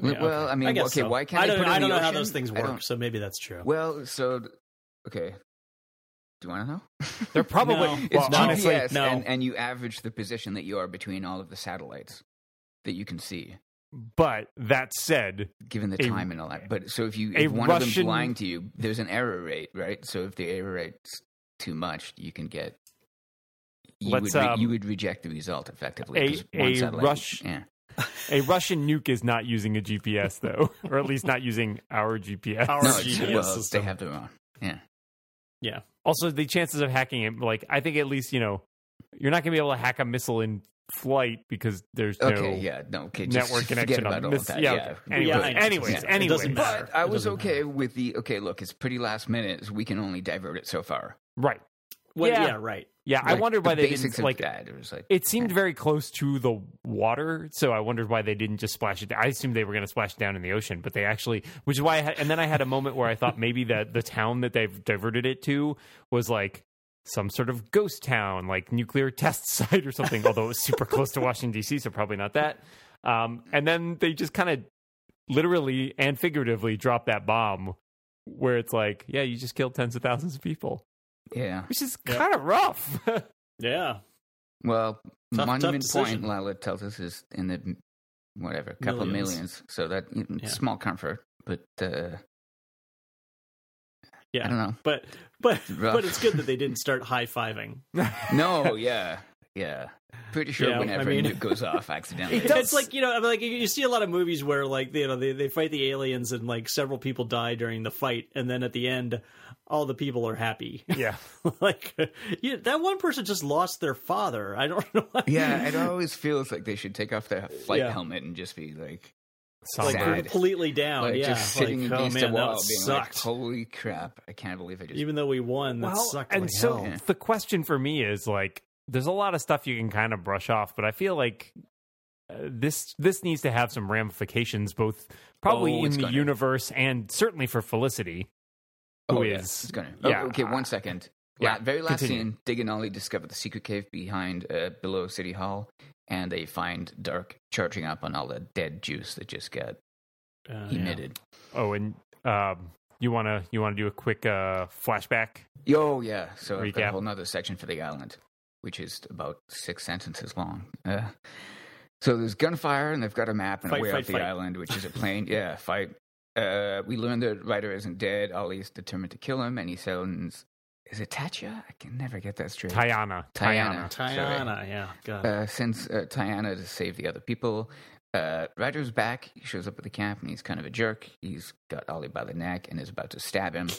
[SPEAKER 2] Well,
[SPEAKER 3] yeah,
[SPEAKER 2] well, I mean,
[SPEAKER 3] guess
[SPEAKER 2] okay,
[SPEAKER 3] so.
[SPEAKER 2] why can't
[SPEAKER 3] I
[SPEAKER 2] they
[SPEAKER 3] don't,
[SPEAKER 2] put it
[SPEAKER 3] I
[SPEAKER 2] in
[SPEAKER 3] don't
[SPEAKER 2] the
[SPEAKER 3] know how
[SPEAKER 2] ocean?
[SPEAKER 3] those things
[SPEAKER 2] I don't-
[SPEAKER 3] work, so maybe that's true.
[SPEAKER 2] Well, so, okay. Do you want to know?
[SPEAKER 1] They're probably
[SPEAKER 3] No.
[SPEAKER 1] well,
[SPEAKER 3] It's
[SPEAKER 2] it's
[SPEAKER 1] honestly,
[SPEAKER 2] GPS,
[SPEAKER 3] no.
[SPEAKER 2] and, and you average the position that you are between all of the satellites that you can see,
[SPEAKER 1] but that said,
[SPEAKER 2] given the
[SPEAKER 1] A-
[SPEAKER 2] time and all that. But so if you
[SPEAKER 1] a
[SPEAKER 2] if one of
[SPEAKER 1] Russian-
[SPEAKER 2] them's lying to you, there's an error rate, right? So if the error rate's too much, you can get you
[SPEAKER 1] Let's,
[SPEAKER 2] would re-
[SPEAKER 1] um,
[SPEAKER 2] you would reject the result effectively.
[SPEAKER 1] a-
[SPEAKER 2] 'cause one
[SPEAKER 1] a
[SPEAKER 2] satellite-
[SPEAKER 1] Rush-
[SPEAKER 2] yeah.
[SPEAKER 1] a Russian nuke is not using a GPS though, or at least not using our GPS.
[SPEAKER 3] Our
[SPEAKER 2] No,
[SPEAKER 3] Rush
[SPEAKER 2] it's-
[SPEAKER 3] GPS
[SPEAKER 2] well,
[SPEAKER 3] system.
[SPEAKER 2] they have their own. Yeah.
[SPEAKER 3] yeah,
[SPEAKER 1] Also, the chances of hacking it, like I think at least you know, you're not going to be able to hack a missile in flight because there's no
[SPEAKER 2] Okay. yeah. No. Okay. Just
[SPEAKER 1] network
[SPEAKER 2] forget
[SPEAKER 1] connection
[SPEAKER 2] about
[SPEAKER 1] on
[SPEAKER 2] all
[SPEAKER 1] this.
[SPEAKER 2] of that.
[SPEAKER 1] yeah,
[SPEAKER 2] Yeah.
[SPEAKER 1] okay.
[SPEAKER 3] Yeah,
[SPEAKER 1] Anyways,
[SPEAKER 3] I know.
[SPEAKER 1] anyways,
[SPEAKER 3] Yeah. It doesn't
[SPEAKER 1] anyways.
[SPEAKER 3] matter.
[SPEAKER 2] But I
[SPEAKER 3] It
[SPEAKER 2] was
[SPEAKER 3] doesn't
[SPEAKER 2] okay
[SPEAKER 3] matter.
[SPEAKER 2] with the okay. Look, it's pretty last minute. so We can only divert it so far.
[SPEAKER 1] right?
[SPEAKER 3] well,
[SPEAKER 1] yeah.
[SPEAKER 3] yeah. right.
[SPEAKER 1] Yeah, I
[SPEAKER 2] Like,
[SPEAKER 1] wondered why
[SPEAKER 2] the
[SPEAKER 1] they
[SPEAKER 2] basics
[SPEAKER 1] didn't
[SPEAKER 2] of
[SPEAKER 1] like
[SPEAKER 2] that. It was like
[SPEAKER 1] It seemed very close to the water, so I wondered why they didn't just splash it. Down. I assumed they were going to splash it down in the ocean, but they actually, which is why. I had, and then I had a moment where I thought maybe that the town that they've diverted it to was like some sort of ghost town, like nuclear test site or something. although it was super close to Washington D.C., so probably not that. Um, and then they just kind of literally and figuratively dropped that bomb, where it's like, yeah, you just killed tens of thousands of people,
[SPEAKER 2] yeah.
[SPEAKER 1] which is
[SPEAKER 3] Yeah.
[SPEAKER 1] kind of rough.
[SPEAKER 3] Yeah,
[SPEAKER 2] Well,
[SPEAKER 3] tough
[SPEAKER 2] Monument Point,
[SPEAKER 3] decision.
[SPEAKER 2] Lila tells us, is in the m- whatever couple
[SPEAKER 3] Millions.
[SPEAKER 2] millions. So that mm,
[SPEAKER 3] Yeah.
[SPEAKER 2] small comfort, but uh,
[SPEAKER 3] Yeah.
[SPEAKER 2] I don't know.
[SPEAKER 3] but but
[SPEAKER 2] Rough.
[SPEAKER 3] but it's good that they didn't start high fiving.
[SPEAKER 2] No, yeah, yeah. Pretty sure
[SPEAKER 3] Yeah, I
[SPEAKER 2] whenever
[SPEAKER 3] mean-
[SPEAKER 2] it goes off accidentally,
[SPEAKER 1] It does-
[SPEAKER 3] It's like you know, I mean, like you- you see a lot of movies where like you know they, they fight the aliens and like several people die during the fight, and then at the end, all the people are happy.
[SPEAKER 1] yeah.
[SPEAKER 3] like you, that one person just lost their father. I don't know. Why.
[SPEAKER 2] yeah, it always feels like they should take off their flight
[SPEAKER 3] Yeah.
[SPEAKER 2] helmet and just be like,
[SPEAKER 3] like
[SPEAKER 2] Sad.
[SPEAKER 3] completely down.
[SPEAKER 2] like
[SPEAKER 3] yeah,
[SPEAKER 2] just sitting
[SPEAKER 3] like, oh
[SPEAKER 2] against
[SPEAKER 3] man,
[SPEAKER 2] a wall,
[SPEAKER 3] that
[SPEAKER 2] being like,
[SPEAKER 3] sucked.
[SPEAKER 2] "Holy crap! I can't believe I just."
[SPEAKER 3] Even though we won, that sucked.
[SPEAKER 1] and
[SPEAKER 3] like
[SPEAKER 1] so
[SPEAKER 3] hell.
[SPEAKER 1] the question for me is like, there's a lot of stuff you can kind of brush off, but I feel like uh, this this needs to have some ramifications, both probably
[SPEAKER 2] Oh,
[SPEAKER 1] in
[SPEAKER 2] it's
[SPEAKER 1] the
[SPEAKER 2] gonna.
[SPEAKER 1] universe and certainly for Felicity, who
[SPEAKER 2] oh,
[SPEAKER 1] is
[SPEAKER 2] yeah, it's gonna.
[SPEAKER 1] yeah.
[SPEAKER 2] oh, okay, one second.
[SPEAKER 1] Yeah,
[SPEAKER 2] La- very last
[SPEAKER 1] continue.
[SPEAKER 2] scene, Dig and Ollie discover the secret cave behind uh, below City Hall, and they find Dark charging up on all the dead juice that just got
[SPEAKER 3] Uh,
[SPEAKER 2] he
[SPEAKER 3] yeah.
[SPEAKER 2] knitted.
[SPEAKER 1] Oh, and um, you wanna you wanna do a quick uh, flashback?
[SPEAKER 2] Oh yeah. So I've got
[SPEAKER 1] Recap.
[SPEAKER 2] a whole other section for the island, which is about six sentences long. Uh, so there's gunfire, and they've got a map and
[SPEAKER 3] Fight,
[SPEAKER 2] a way
[SPEAKER 3] fight,
[SPEAKER 2] out the
[SPEAKER 3] fight.
[SPEAKER 2] island, which is a plane. yeah, fight. Uh, we learn that Ryder isn't dead. Ollie's determined to kill him, and he sends. Is it Tatcha? I can never get that straight.
[SPEAKER 1] Tiana.
[SPEAKER 2] Tiana. Sorry.
[SPEAKER 3] Tiana, yeah, God.
[SPEAKER 2] uh, sends uh, Tiana to save the other people. Uh, Ryder's back. He shows up at the camp and he's kind of a jerk. He's got Ollie by the neck and is about to stab him.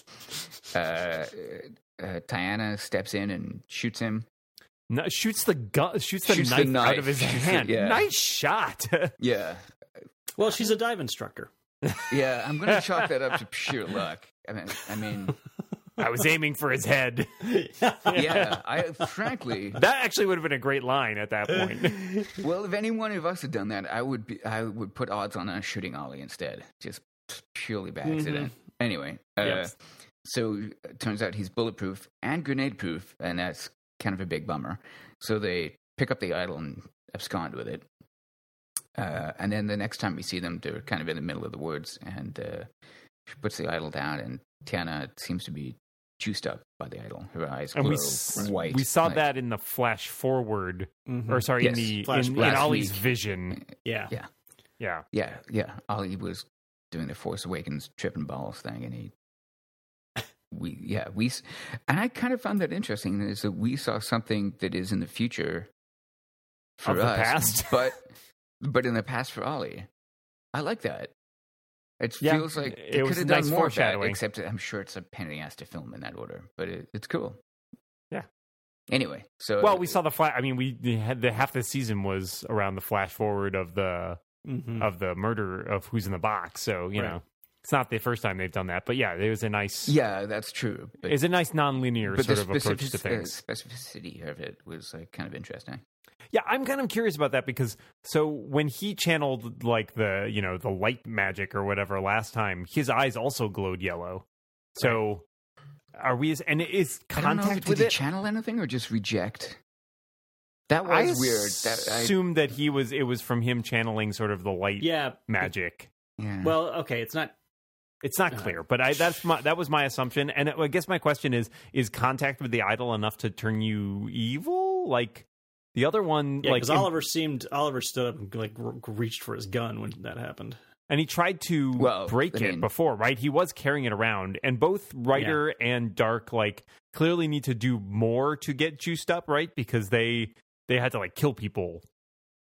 [SPEAKER 2] Uh, uh, Tiana steps in and shoots him.
[SPEAKER 1] No, shoots the gun. Shoots the,
[SPEAKER 2] Shoots the
[SPEAKER 1] knife, out
[SPEAKER 2] knife.
[SPEAKER 1] of his
[SPEAKER 2] Shoots it,
[SPEAKER 1] hand.
[SPEAKER 2] yeah.
[SPEAKER 1] Nice shot.
[SPEAKER 2] Yeah.
[SPEAKER 3] well, she's a dive instructor.
[SPEAKER 2] Yeah. I'm going to chalk that up to pure luck. I mean, I mean,
[SPEAKER 1] I was aiming for his head.
[SPEAKER 2] yeah. I frankly,
[SPEAKER 1] That actually would have been a great line at that point.
[SPEAKER 2] well, if any one of us had done that, I would be, I would put odds on us shooting Ollie instead, just purely by
[SPEAKER 1] Mm-hmm.
[SPEAKER 2] accident. Anyway, uh,
[SPEAKER 1] Yep.
[SPEAKER 2] so it turns out he's bulletproof and grenade proof, and that's kind of a big bummer. So they pick up the idol and abscond with it. Uh, and then the next time we see them, they're kind of in the middle of the woods, and uh, she puts the idol down, and Tana seems to be juiced up by the idol. Her eyes glow
[SPEAKER 1] and we s-
[SPEAKER 2] white.
[SPEAKER 1] we saw
[SPEAKER 2] like-
[SPEAKER 1] that in the flash forward,
[SPEAKER 3] Mhm.
[SPEAKER 1] or sorry, in
[SPEAKER 2] Yes.
[SPEAKER 1] the
[SPEAKER 3] Flash
[SPEAKER 1] in, in
[SPEAKER 2] last
[SPEAKER 1] Ollie's
[SPEAKER 2] week.
[SPEAKER 1] vision.
[SPEAKER 3] yeah.
[SPEAKER 2] Yeah.
[SPEAKER 1] Yeah,
[SPEAKER 2] Yeah, yeah. Ollie was doing the Force Awakens tripping balls thing, and he, we, yeah, we, s- and I kind of found that interesting is that we saw something that is in the future for
[SPEAKER 1] Of the
[SPEAKER 2] us,
[SPEAKER 1] past.
[SPEAKER 2] but but in the past for Ollie. I like that. It
[SPEAKER 1] Yeah,
[SPEAKER 2] feels like
[SPEAKER 1] it
[SPEAKER 2] they
[SPEAKER 1] was
[SPEAKER 2] could have
[SPEAKER 1] nice
[SPEAKER 2] done more of that,
[SPEAKER 1] foreshadowing.
[SPEAKER 2] except I'm sure it's a pain in the ass to film in that order, but it, it's cool.
[SPEAKER 1] Yeah.
[SPEAKER 2] Anyway,
[SPEAKER 3] Uh,
[SPEAKER 2] so
[SPEAKER 1] Well, we saw the flash. I mean, we the, had- the half the season was around the flash forward of the
[SPEAKER 3] Mhm.
[SPEAKER 1] of the murder of who's in the box. So you
[SPEAKER 3] Right.
[SPEAKER 1] know, it's not the first time they've done that. But yeah, it was a nice.
[SPEAKER 2] Yeah, that's true. But
[SPEAKER 1] It's a nice nonlinear
[SPEAKER 2] but
[SPEAKER 1] sort
[SPEAKER 2] the
[SPEAKER 1] of approach to
[SPEAKER 2] specific-
[SPEAKER 1] things.
[SPEAKER 2] uh, specificity of it was like, kind of interesting.
[SPEAKER 1] Yeah, I'm kind of curious about that because so when he channeled like the you know the light magic or whatever last time, his eyes also glowed yellow. So are we? And is
[SPEAKER 2] I don't know,
[SPEAKER 1] contact
[SPEAKER 2] did
[SPEAKER 1] with
[SPEAKER 2] he
[SPEAKER 1] it?
[SPEAKER 2] channel anything or just reject? That
[SPEAKER 1] I
[SPEAKER 2] was weird. That I,
[SPEAKER 1] assumed that he was. It was from him channeling sort of the light
[SPEAKER 3] yeah.
[SPEAKER 1] magic.
[SPEAKER 2] yeah.
[SPEAKER 3] Well, okay, it's not.
[SPEAKER 1] It's not
[SPEAKER 2] Uh-huh.
[SPEAKER 3] Uh,
[SPEAKER 1] clear, but I that's my that was my assumption. And I guess my question is: Is contact with the idol enough to turn you evil? Like the other one,
[SPEAKER 3] Yeah,
[SPEAKER 1] like
[SPEAKER 3] because
[SPEAKER 1] in-
[SPEAKER 3] Oliver seemed Oliver stood up and like re- reached for his gun when that happened.
[SPEAKER 1] and he tried to
[SPEAKER 2] Well,
[SPEAKER 1] break
[SPEAKER 2] I
[SPEAKER 1] it
[SPEAKER 2] mean-
[SPEAKER 1] before, right? He was carrying it around, and both Ryder and Dark like clearly need to do more to get juiced up, right? Because they they had to like kill people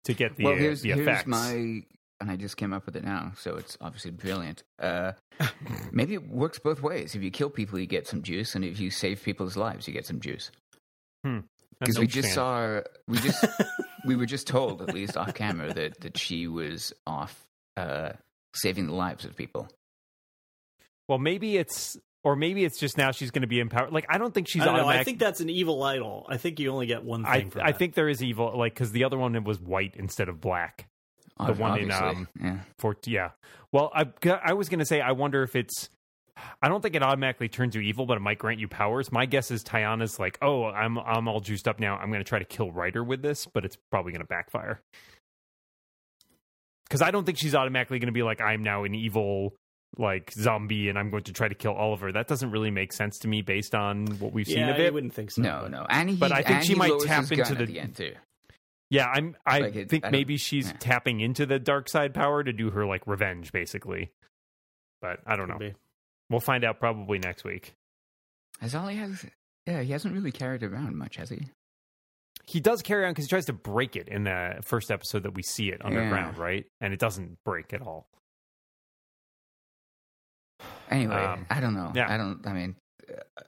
[SPEAKER 1] to get the
[SPEAKER 2] well,
[SPEAKER 1] uh,
[SPEAKER 2] here's
[SPEAKER 1] the
[SPEAKER 2] here's
[SPEAKER 1] effects.
[SPEAKER 2] my, and I just came up with it now, so it's obviously brilliant. Uh, maybe it works both ways. If you kill people, you get some juice, and if you save people's lives, you get some juice.
[SPEAKER 1] That's
[SPEAKER 2] Because we just
[SPEAKER 1] interesting.
[SPEAKER 2] saw, we just we were just told, at least off camera, that that she was off uh, saving the lives of people.
[SPEAKER 1] Well, maybe it's or maybe it's just now she's going to be empowered. Like I don't think she's
[SPEAKER 3] I don't know.
[SPEAKER 1] automatic.
[SPEAKER 3] I think that's an evil idol. I think you only get one
[SPEAKER 1] I,
[SPEAKER 3] thing. for
[SPEAKER 1] I
[SPEAKER 3] that.
[SPEAKER 1] think there is evil, like because the other one was white instead of black. The
[SPEAKER 2] Ob-
[SPEAKER 1] one in,
[SPEAKER 2] obviously.
[SPEAKER 1] um,
[SPEAKER 2] yeah.
[SPEAKER 1] For yeah, well, I I was gonna say I wonder if it's. I don't think it automatically turns you evil, but it might grant you powers. My guess is Tiana's like, oh, I'm I'm all juiced up now. I'm gonna try to kill Ryder with this, but it's probably gonna backfire. Because I don't think she's automatically gonna be like, I'm now an evil like zombie and I'm going to try to kill Oliver. That doesn't really make sense to me based on what we've seen
[SPEAKER 3] Yeah,
[SPEAKER 1] of
[SPEAKER 3] I
[SPEAKER 1] it.
[SPEAKER 3] wouldn't think so.
[SPEAKER 2] No, no, and he,
[SPEAKER 1] But I think
[SPEAKER 2] and
[SPEAKER 1] she
[SPEAKER 2] he
[SPEAKER 1] might
[SPEAKER 2] lowers
[SPEAKER 1] tap
[SPEAKER 2] his
[SPEAKER 1] into
[SPEAKER 2] gun
[SPEAKER 1] the-
[SPEAKER 2] at the end too.
[SPEAKER 1] Yeah, I'm. I
[SPEAKER 2] Like it-
[SPEAKER 1] think
[SPEAKER 2] I don't-
[SPEAKER 1] maybe she's
[SPEAKER 2] yeah.
[SPEAKER 1] tapping into the dark side power to do her like revenge, basically. But I don't know.
[SPEAKER 3] Could be.
[SPEAKER 1] We'll find out probably next week.
[SPEAKER 2] Has Ollie has? Yeah, he hasn't really carried around much, has he?
[SPEAKER 1] He does carry on because he tries to break it in the first episode that we see it underground, right? And it doesn't break at all.
[SPEAKER 2] Anyway,
[SPEAKER 1] Um,
[SPEAKER 2] I don't know.
[SPEAKER 1] yeah.
[SPEAKER 2] I don't. I mean, uh,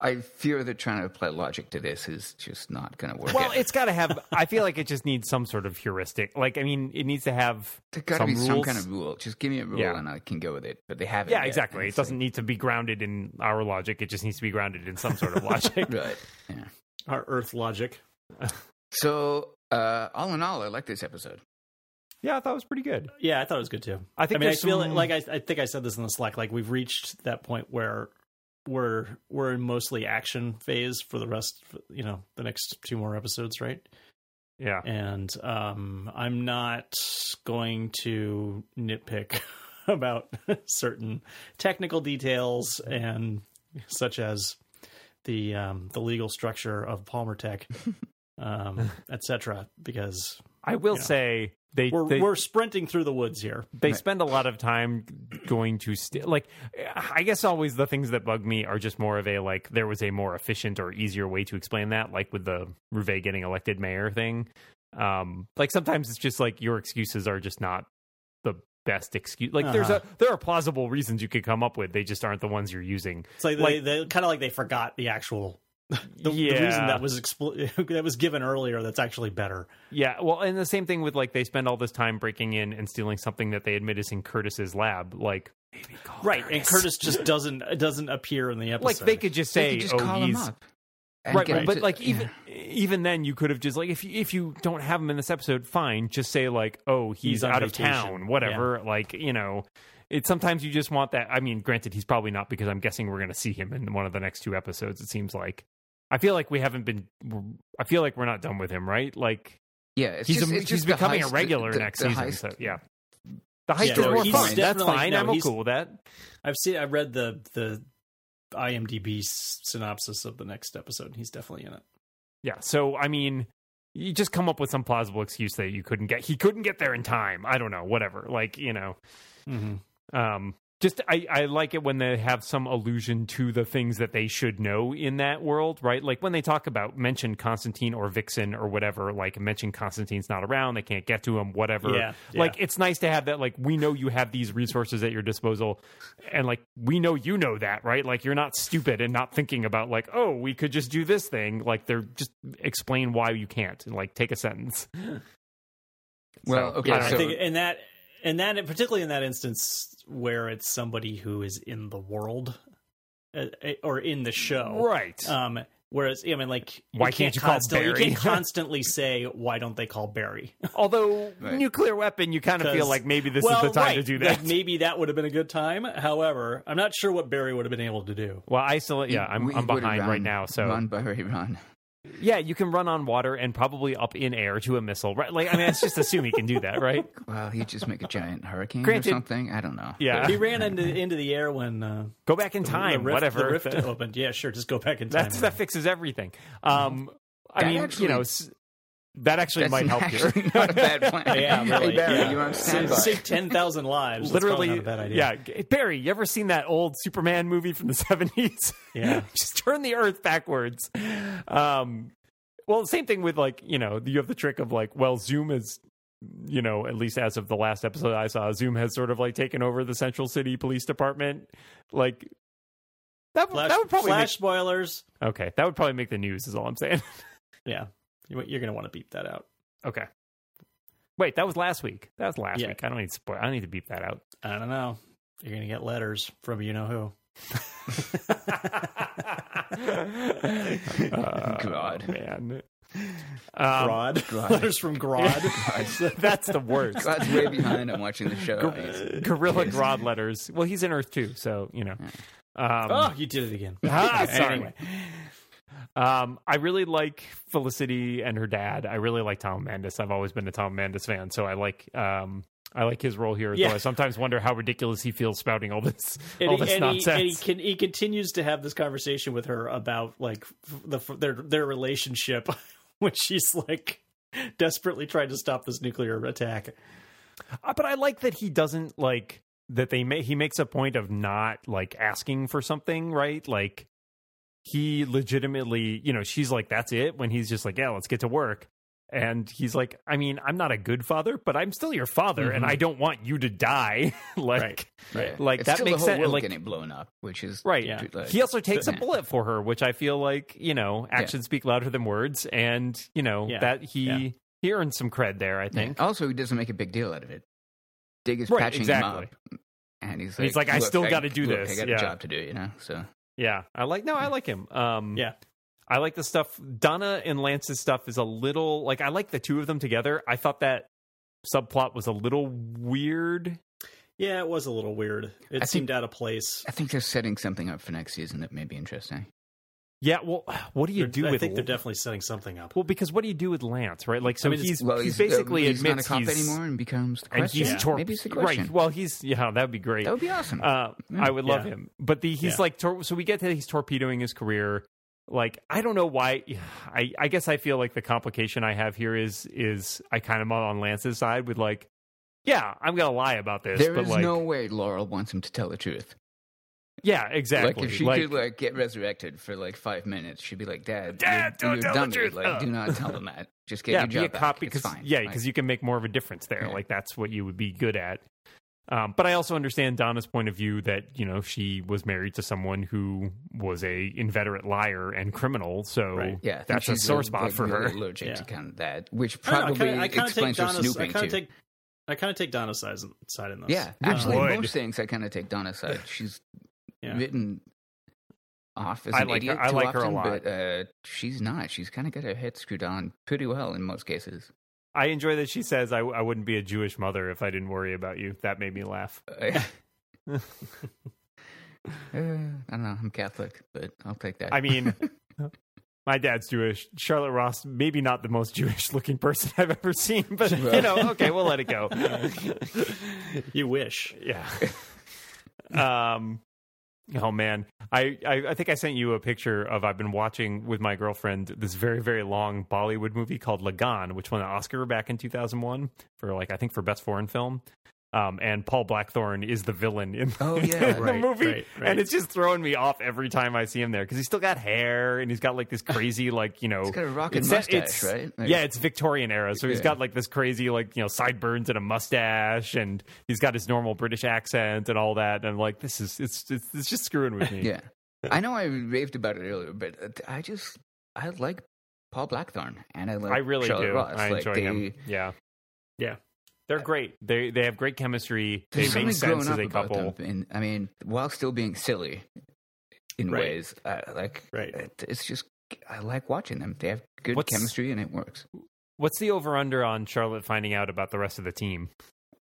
[SPEAKER 2] I fear that trying to apply logic to this is just not going to work.
[SPEAKER 1] Well,
[SPEAKER 2] out.
[SPEAKER 1] it's got to have. I feel like it just needs some sort of heuristic. Like, I mean, it needs to have.
[SPEAKER 2] There's got to be
[SPEAKER 1] some
[SPEAKER 2] some
[SPEAKER 1] rules.
[SPEAKER 2] kind of rule. Just give me a rule,
[SPEAKER 1] Yeah.
[SPEAKER 2] and I can go with it. But they haven't.
[SPEAKER 1] Yeah,
[SPEAKER 2] yet,
[SPEAKER 1] exactly.
[SPEAKER 2] and
[SPEAKER 1] It
[SPEAKER 2] it's like-
[SPEAKER 1] doesn't need to be grounded in our logic. It just needs to be grounded in some sort of logic.
[SPEAKER 2] Right. Yeah.
[SPEAKER 3] Our Earth logic.
[SPEAKER 2] So, uh, all in all, I like this episode.
[SPEAKER 1] yeah, I thought it was pretty good.
[SPEAKER 3] Yeah, I thought it was good too.
[SPEAKER 1] I think
[SPEAKER 3] I mean, I
[SPEAKER 1] there's
[SPEAKER 3] feel
[SPEAKER 1] some-
[SPEAKER 3] like I, I think I said this in the Slack. Like we've reached that point where we're we're in mostly action phase for the rest. You know, the next two more episodes, right?
[SPEAKER 1] yeah.
[SPEAKER 3] And um, I'm not going to nitpick about certain technical details and such as the um, the legal structure of Palmer Tech, um, etc. Because
[SPEAKER 1] I will
[SPEAKER 3] Yeah.
[SPEAKER 1] say they
[SPEAKER 3] we're
[SPEAKER 1] they,
[SPEAKER 3] we're sprinting through the woods here.
[SPEAKER 1] they spend a lot of time going to st- like I guess always the things that bug me are just more of a like there was a more efficient or easier way to explain that like with the Rouvet getting elected mayor thing. Um like sometimes it's just like your excuses are just not the best excuse like there's a
[SPEAKER 3] Uh-huh.
[SPEAKER 1] there are plausible reasons you could come up with they just aren't the ones you're using
[SPEAKER 3] It's like,
[SPEAKER 1] Like-
[SPEAKER 3] they, they kind of like they forgot the actual the, the
[SPEAKER 1] Yeah.
[SPEAKER 3] reason that was expl- that was given earlier. That's actually better.
[SPEAKER 1] Yeah, well, and the same thing with like they spend all this time breaking in and stealing something that they admit is in Curtis's lab. Like,
[SPEAKER 3] right and curtis just doesn't doesn't appear in the episode
[SPEAKER 1] like they could just say,
[SPEAKER 2] could
[SPEAKER 1] "Oh,
[SPEAKER 2] call him
[SPEAKER 1] he's
[SPEAKER 2] up and
[SPEAKER 1] right,",
[SPEAKER 2] get
[SPEAKER 1] right,
[SPEAKER 2] him
[SPEAKER 1] but
[SPEAKER 2] to-
[SPEAKER 1] like even
[SPEAKER 2] yeah.
[SPEAKER 1] even then, you could have just like if you, if you don't have him in this episode, fine, just say like, "Oh, he's,
[SPEAKER 3] He's on
[SPEAKER 1] out of
[SPEAKER 3] vacation.
[SPEAKER 1] town," whatever. Like you know, it sometimes you just want that. I mean, granted, he's probably not because I'm guessing we're going to see him in one of the next two episodes. It seems like. I feel like we haven't been. I feel like we're not done with him, right? Like
[SPEAKER 2] yeah, it's
[SPEAKER 1] he's
[SPEAKER 2] just,
[SPEAKER 1] a,
[SPEAKER 2] it's
[SPEAKER 1] he's
[SPEAKER 2] just the
[SPEAKER 1] becoming a
[SPEAKER 2] heist-
[SPEAKER 1] regular
[SPEAKER 2] the-
[SPEAKER 1] next
[SPEAKER 2] the
[SPEAKER 1] season.
[SPEAKER 2] heist-
[SPEAKER 1] So yeah, the heist is
[SPEAKER 2] Yeah,
[SPEAKER 1] more
[SPEAKER 2] he's
[SPEAKER 1] fun. That's
[SPEAKER 3] definitely-
[SPEAKER 1] fine.
[SPEAKER 3] no,
[SPEAKER 1] I'm all
[SPEAKER 3] he's-
[SPEAKER 1] cool with that.
[SPEAKER 3] i've seen i read the the imdb synopsis of the next episode and he's definitely in it
[SPEAKER 1] Yeah. So I mean, you just come up with some plausible excuse that you couldn't get. He couldn't get there in time. I don't know. Whatever. Like you know, um, just I I like it when they have some allusion to the things that they should know in that world, right? Like when they talk about mention Constantine or Vixen or whatever. Like mention Constantine's not around. They can't get to him. Whatever.
[SPEAKER 3] Yeah, yeah.
[SPEAKER 1] Like it's nice to have that. Like we know you have these resources at your disposal, and like we know you know that, right? Like you're not stupid and not thinking about like, oh, we could just do this thing. Like they're just explain why you can't and like take a sentence.
[SPEAKER 2] Well,
[SPEAKER 1] So,
[SPEAKER 2] okay,
[SPEAKER 1] I
[SPEAKER 3] i
[SPEAKER 1] don't
[SPEAKER 2] so-
[SPEAKER 1] know.
[SPEAKER 3] think in that and that particularly in that instance where it's somebody who is in the world uh, uh, or in the show
[SPEAKER 1] right.
[SPEAKER 3] um Whereas, I mean, like,
[SPEAKER 1] Why can't you call
[SPEAKER 3] constantly-
[SPEAKER 1] Barry?
[SPEAKER 3] You can't constantly say, "Why don't they call Barry?"
[SPEAKER 1] Although
[SPEAKER 2] Right.
[SPEAKER 1] nuclear weapon, you kind of feel
[SPEAKER 3] 'Cause-
[SPEAKER 1] like maybe this
[SPEAKER 3] well,
[SPEAKER 1] is the time
[SPEAKER 3] right.
[SPEAKER 1] to do
[SPEAKER 3] Like,
[SPEAKER 1] that.
[SPEAKER 3] maybe that would have been a good time. However, I'm not sure what Barry would have been able to do.
[SPEAKER 1] well, I still yeah, I'm
[SPEAKER 2] We
[SPEAKER 1] I'm
[SPEAKER 2] would
[SPEAKER 1] behind
[SPEAKER 2] run-
[SPEAKER 1] right now. So
[SPEAKER 2] run, Barry, run.
[SPEAKER 1] yeah, you can run on water and probably up in air to a missile. Right? Like I mean, let's just assume he can do that, right?
[SPEAKER 2] Well, he'd just make a giant hurricane
[SPEAKER 1] Granted-
[SPEAKER 2] or something. I don't know.
[SPEAKER 1] Yeah.
[SPEAKER 3] He ran into into the air when uh,
[SPEAKER 1] Go back in
[SPEAKER 3] the-
[SPEAKER 1] time,
[SPEAKER 3] the rift,
[SPEAKER 1] whatever.
[SPEAKER 3] the rift
[SPEAKER 1] That-
[SPEAKER 3] opened. Yeah, sure, just go back in time.
[SPEAKER 1] that's, that fixes everything. Um, I
[SPEAKER 2] That
[SPEAKER 1] mean,
[SPEAKER 2] actually-
[SPEAKER 1] you know, s- that actually
[SPEAKER 2] That's
[SPEAKER 1] might help
[SPEAKER 2] actually
[SPEAKER 1] here.
[SPEAKER 2] not a bad plan.
[SPEAKER 3] yeah, really.
[SPEAKER 2] hey, Barry,
[SPEAKER 3] yeah.
[SPEAKER 2] you're on
[SPEAKER 3] Save,
[SPEAKER 2] standby.
[SPEAKER 3] save ten thousand lives. That's probably
[SPEAKER 1] Literally,
[SPEAKER 3] not a bad idea.
[SPEAKER 1] yeah. G- Barry, you ever seen that old Superman movie from the seventies?
[SPEAKER 3] Yeah.
[SPEAKER 1] just turn the Earth backwards. Um, well, same thing with like you know you have the trick of like well Zoom is you know at least as of the last episode I saw Zoom has sort of like taken over the Central City Police Department. Like that would
[SPEAKER 3] Flash,
[SPEAKER 1] that would probably
[SPEAKER 3] flash spoilers.
[SPEAKER 1] make, okay that would probably make the news is all I'm saying.
[SPEAKER 3] Yeah, You- you're going to want to beep that out.
[SPEAKER 1] okay. Wait, that was last week. That was last
[SPEAKER 3] Yeah.
[SPEAKER 1] week. I don't need to spoil. I don't need to beep that out.
[SPEAKER 3] I don't know. You're going to get letters from you know who.
[SPEAKER 1] Oh,
[SPEAKER 2] God.
[SPEAKER 1] man. Um,
[SPEAKER 3] Grod.
[SPEAKER 2] Grod.
[SPEAKER 3] letters from Grod.
[SPEAKER 1] That's the worst. Uh,
[SPEAKER 2] God's way behind on watching the show. He's-
[SPEAKER 1] Gorilla Grodd letters. Well, he's in Earth too, so you know. Um,
[SPEAKER 3] oh, you did it again.
[SPEAKER 1] Ah, sorry.
[SPEAKER 3] Anyway.
[SPEAKER 1] Um, I really like Felicity and her dad. I really like Tom Mandis. I've always been a Tom Mandis fan, so I like um, I like his role here.
[SPEAKER 3] Yeah.
[SPEAKER 1] Though I sometimes wonder how ridiculous he feels spouting all this
[SPEAKER 3] and,
[SPEAKER 1] all
[SPEAKER 3] he,
[SPEAKER 1] this
[SPEAKER 3] and, he,
[SPEAKER 1] nonsense.
[SPEAKER 3] and he can, he continues to have this conversation with her about like f- the f- their their relationship when she's like desperately trying to stop this nuclear attack.
[SPEAKER 1] Uh, but I like that he doesn't like that they may he makes a point of not like asking for something, right? Like he legitimately, you know, she's like, "That's it." When he's just like, "Yeah, let's get to work," and he's like, "I mean, I'm not a good father, but I'm still your father, and
[SPEAKER 3] Mhm.
[SPEAKER 1] I don't want you to die." like,
[SPEAKER 3] Right.
[SPEAKER 2] Right.
[SPEAKER 1] Like,
[SPEAKER 2] it's
[SPEAKER 1] that
[SPEAKER 2] still
[SPEAKER 1] makes
[SPEAKER 2] the whole
[SPEAKER 1] sense,
[SPEAKER 2] World
[SPEAKER 1] like-
[SPEAKER 2] getting blown up, which is
[SPEAKER 1] Right.
[SPEAKER 3] Yeah.
[SPEAKER 2] like-
[SPEAKER 1] He also takes a
[SPEAKER 2] Yeah.
[SPEAKER 1] bullet for her, which I feel like, you know, actions speak louder than words. And, you know,
[SPEAKER 3] Yeah.
[SPEAKER 1] that he
[SPEAKER 3] Yeah.
[SPEAKER 1] he earned some cred there, I
[SPEAKER 2] Yeah.
[SPEAKER 1] think.
[SPEAKER 2] Also, he doesn't make a big deal out of it. Dig is
[SPEAKER 1] Right,
[SPEAKER 2] patching
[SPEAKER 1] exactly.
[SPEAKER 2] him up, and he's like,
[SPEAKER 1] He's like, "I
[SPEAKER 2] "Look,
[SPEAKER 1] still gotta do
[SPEAKER 2] look,
[SPEAKER 1] this."
[SPEAKER 2] I got
[SPEAKER 1] Yeah.
[SPEAKER 2] a job to do, you know." So
[SPEAKER 1] Yeah, I like. No, I like him. Um,
[SPEAKER 3] Yeah.
[SPEAKER 1] I like the stuff. Donna and Lance's stuff is a little like I like the two of them together. I thought that subplot was a little weird.
[SPEAKER 3] Yeah, it was a little weird.
[SPEAKER 2] I
[SPEAKER 3] It
[SPEAKER 2] think-
[SPEAKER 3] seemed out of place.
[SPEAKER 2] I think they're setting something up for next season that may be interesting.
[SPEAKER 1] Yeah, well, what do you
[SPEAKER 3] They're-
[SPEAKER 1] do
[SPEAKER 3] I
[SPEAKER 1] with
[SPEAKER 3] think they're
[SPEAKER 1] L-
[SPEAKER 3] definitely setting something up.
[SPEAKER 1] Well, because what do you do with Lance, right? Like, so
[SPEAKER 3] I mean, it's-
[SPEAKER 1] he's,
[SPEAKER 2] Well,
[SPEAKER 1] he's
[SPEAKER 2] he's, uh,
[SPEAKER 1] basically
[SPEAKER 2] he's
[SPEAKER 1] admits
[SPEAKER 2] not a cop
[SPEAKER 1] he's
[SPEAKER 2] anymore and becomes the
[SPEAKER 1] and
[SPEAKER 2] question.
[SPEAKER 1] he's
[SPEAKER 3] Yeah.
[SPEAKER 1] tor-
[SPEAKER 2] Maybe it's the question.
[SPEAKER 1] right. Well, he's yeah, that'd be great.
[SPEAKER 2] that would be awesome.
[SPEAKER 1] Uh, I would love
[SPEAKER 3] Yeah.
[SPEAKER 1] him, but the he's
[SPEAKER 3] Yeah.
[SPEAKER 1] like tor- so we get that he's torpedoing his career. Like I don't know why. I I guess I feel like the complication I have here is is I kind of am on Lance's side with like, yeah, I'm gonna lie about this,
[SPEAKER 2] there
[SPEAKER 1] but
[SPEAKER 2] is
[SPEAKER 1] like,
[SPEAKER 2] no way Laurel wants him to tell the truth.
[SPEAKER 1] yeah, exactly.
[SPEAKER 2] Like if she could like get resurrected for like five minutes, she'd be like, "Dad,
[SPEAKER 1] Dad,
[SPEAKER 2] you're-
[SPEAKER 1] don't
[SPEAKER 2] you're
[SPEAKER 1] tell the
[SPEAKER 2] dummy.
[SPEAKER 1] truth."
[SPEAKER 2] Like,
[SPEAKER 1] Uh.
[SPEAKER 2] do not tell them that. Just get
[SPEAKER 1] yeah,
[SPEAKER 2] your job
[SPEAKER 1] be a
[SPEAKER 2] back.
[SPEAKER 1] cop
[SPEAKER 2] It's
[SPEAKER 1] because
[SPEAKER 2] fine.
[SPEAKER 1] yeah,
[SPEAKER 2] Like,
[SPEAKER 1] because you can make more of a difference there.
[SPEAKER 2] Yeah.
[SPEAKER 1] Like that's what you would be good at. Um, but I also understand Donna's point of view that you know she was married to someone who was a inveterate liar and criminal, so
[SPEAKER 3] Right.
[SPEAKER 2] yeah, I think
[SPEAKER 1] that's a
[SPEAKER 2] she's
[SPEAKER 1] sore
[SPEAKER 2] al-
[SPEAKER 1] spot
[SPEAKER 2] like,
[SPEAKER 1] for her.
[SPEAKER 2] really Allergic to
[SPEAKER 3] Yeah.
[SPEAKER 2] kind of that, which
[SPEAKER 3] I don't know, I
[SPEAKER 2] probably
[SPEAKER 3] kinda- I kind of take
[SPEAKER 2] explains her
[SPEAKER 3] Donna's. I
[SPEAKER 2] snooping
[SPEAKER 3] kind
[SPEAKER 2] too.
[SPEAKER 3] of take. I kind of take Donna's side in, side in this.
[SPEAKER 2] yeah,
[SPEAKER 3] Um,
[SPEAKER 2] actually,
[SPEAKER 1] Would.
[SPEAKER 2] most things I kind of take Donna's side. She's
[SPEAKER 3] Yeah.
[SPEAKER 2] written off as
[SPEAKER 1] I
[SPEAKER 2] an
[SPEAKER 1] like her-
[SPEAKER 2] idiot
[SPEAKER 1] I
[SPEAKER 2] too
[SPEAKER 1] like her a
[SPEAKER 2] often,
[SPEAKER 1] lot.
[SPEAKER 2] but uh, she's not. She's kind of got her head screwed on pretty well in most cases.
[SPEAKER 1] I enjoy that she says, I, I wouldn't be a Jewish mother if I didn't worry about you. That made me laugh.
[SPEAKER 2] Uh, I don't know. I'm Catholic, but I'll take that.
[SPEAKER 1] I mean, my dad's Jewish. Charlotte Ross, maybe not the most Jewish looking person I've ever seen, but you
[SPEAKER 2] Right.
[SPEAKER 1] know, okay, we'll let it go.
[SPEAKER 3] you wish.
[SPEAKER 1] yeah. Um, oh man, I, I I think I sent you a picture of I've been watching with my girlfriend this very very long Bollywood movie called Lagan, which won an Oscar back in 2001 for like I think for best foreign film. Um, and Paul Blackthorne is the villain in
[SPEAKER 2] oh
[SPEAKER 1] in
[SPEAKER 2] yeah,
[SPEAKER 1] the
[SPEAKER 3] Right,
[SPEAKER 1] movie,
[SPEAKER 3] right, right.
[SPEAKER 1] and it's just throwing me off every time I see him there because he's still got hair and he's got like this crazy like you know.
[SPEAKER 2] He's got a rocket
[SPEAKER 1] it's-
[SPEAKER 2] mustache,
[SPEAKER 1] it's-
[SPEAKER 2] right? Like-
[SPEAKER 1] yeah, it's Victorian era, so he's
[SPEAKER 2] Yeah.
[SPEAKER 1] got like this crazy like you know sideburns and a mustache, and he's got his normal British accent and all that. And I'm like, this is it's it's, it's just screwing with me.
[SPEAKER 2] Yeah. I know I raved about it earlier, but uh, I just I like Paul Blackthorne and I like
[SPEAKER 1] I really
[SPEAKER 2] Charlotte
[SPEAKER 1] do.
[SPEAKER 2] Ross.
[SPEAKER 1] I
[SPEAKER 2] like
[SPEAKER 1] enjoy
[SPEAKER 2] they,
[SPEAKER 1] him. Yeah, yeah, they're great. They they have great chemistry. They
[SPEAKER 2] There's
[SPEAKER 1] make
[SPEAKER 2] something grown
[SPEAKER 1] sense as
[SPEAKER 2] up
[SPEAKER 1] a
[SPEAKER 2] about
[SPEAKER 1] couple.
[SPEAKER 2] them, and I mean, while still being silly in
[SPEAKER 3] Right.
[SPEAKER 2] ways, uh, like
[SPEAKER 3] Right.
[SPEAKER 2] it- it's just I like watching them. They have good
[SPEAKER 1] What's-
[SPEAKER 2] chemistry and it works.
[SPEAKER 1] What's the over under on Charlotte finding out about the rest of the team?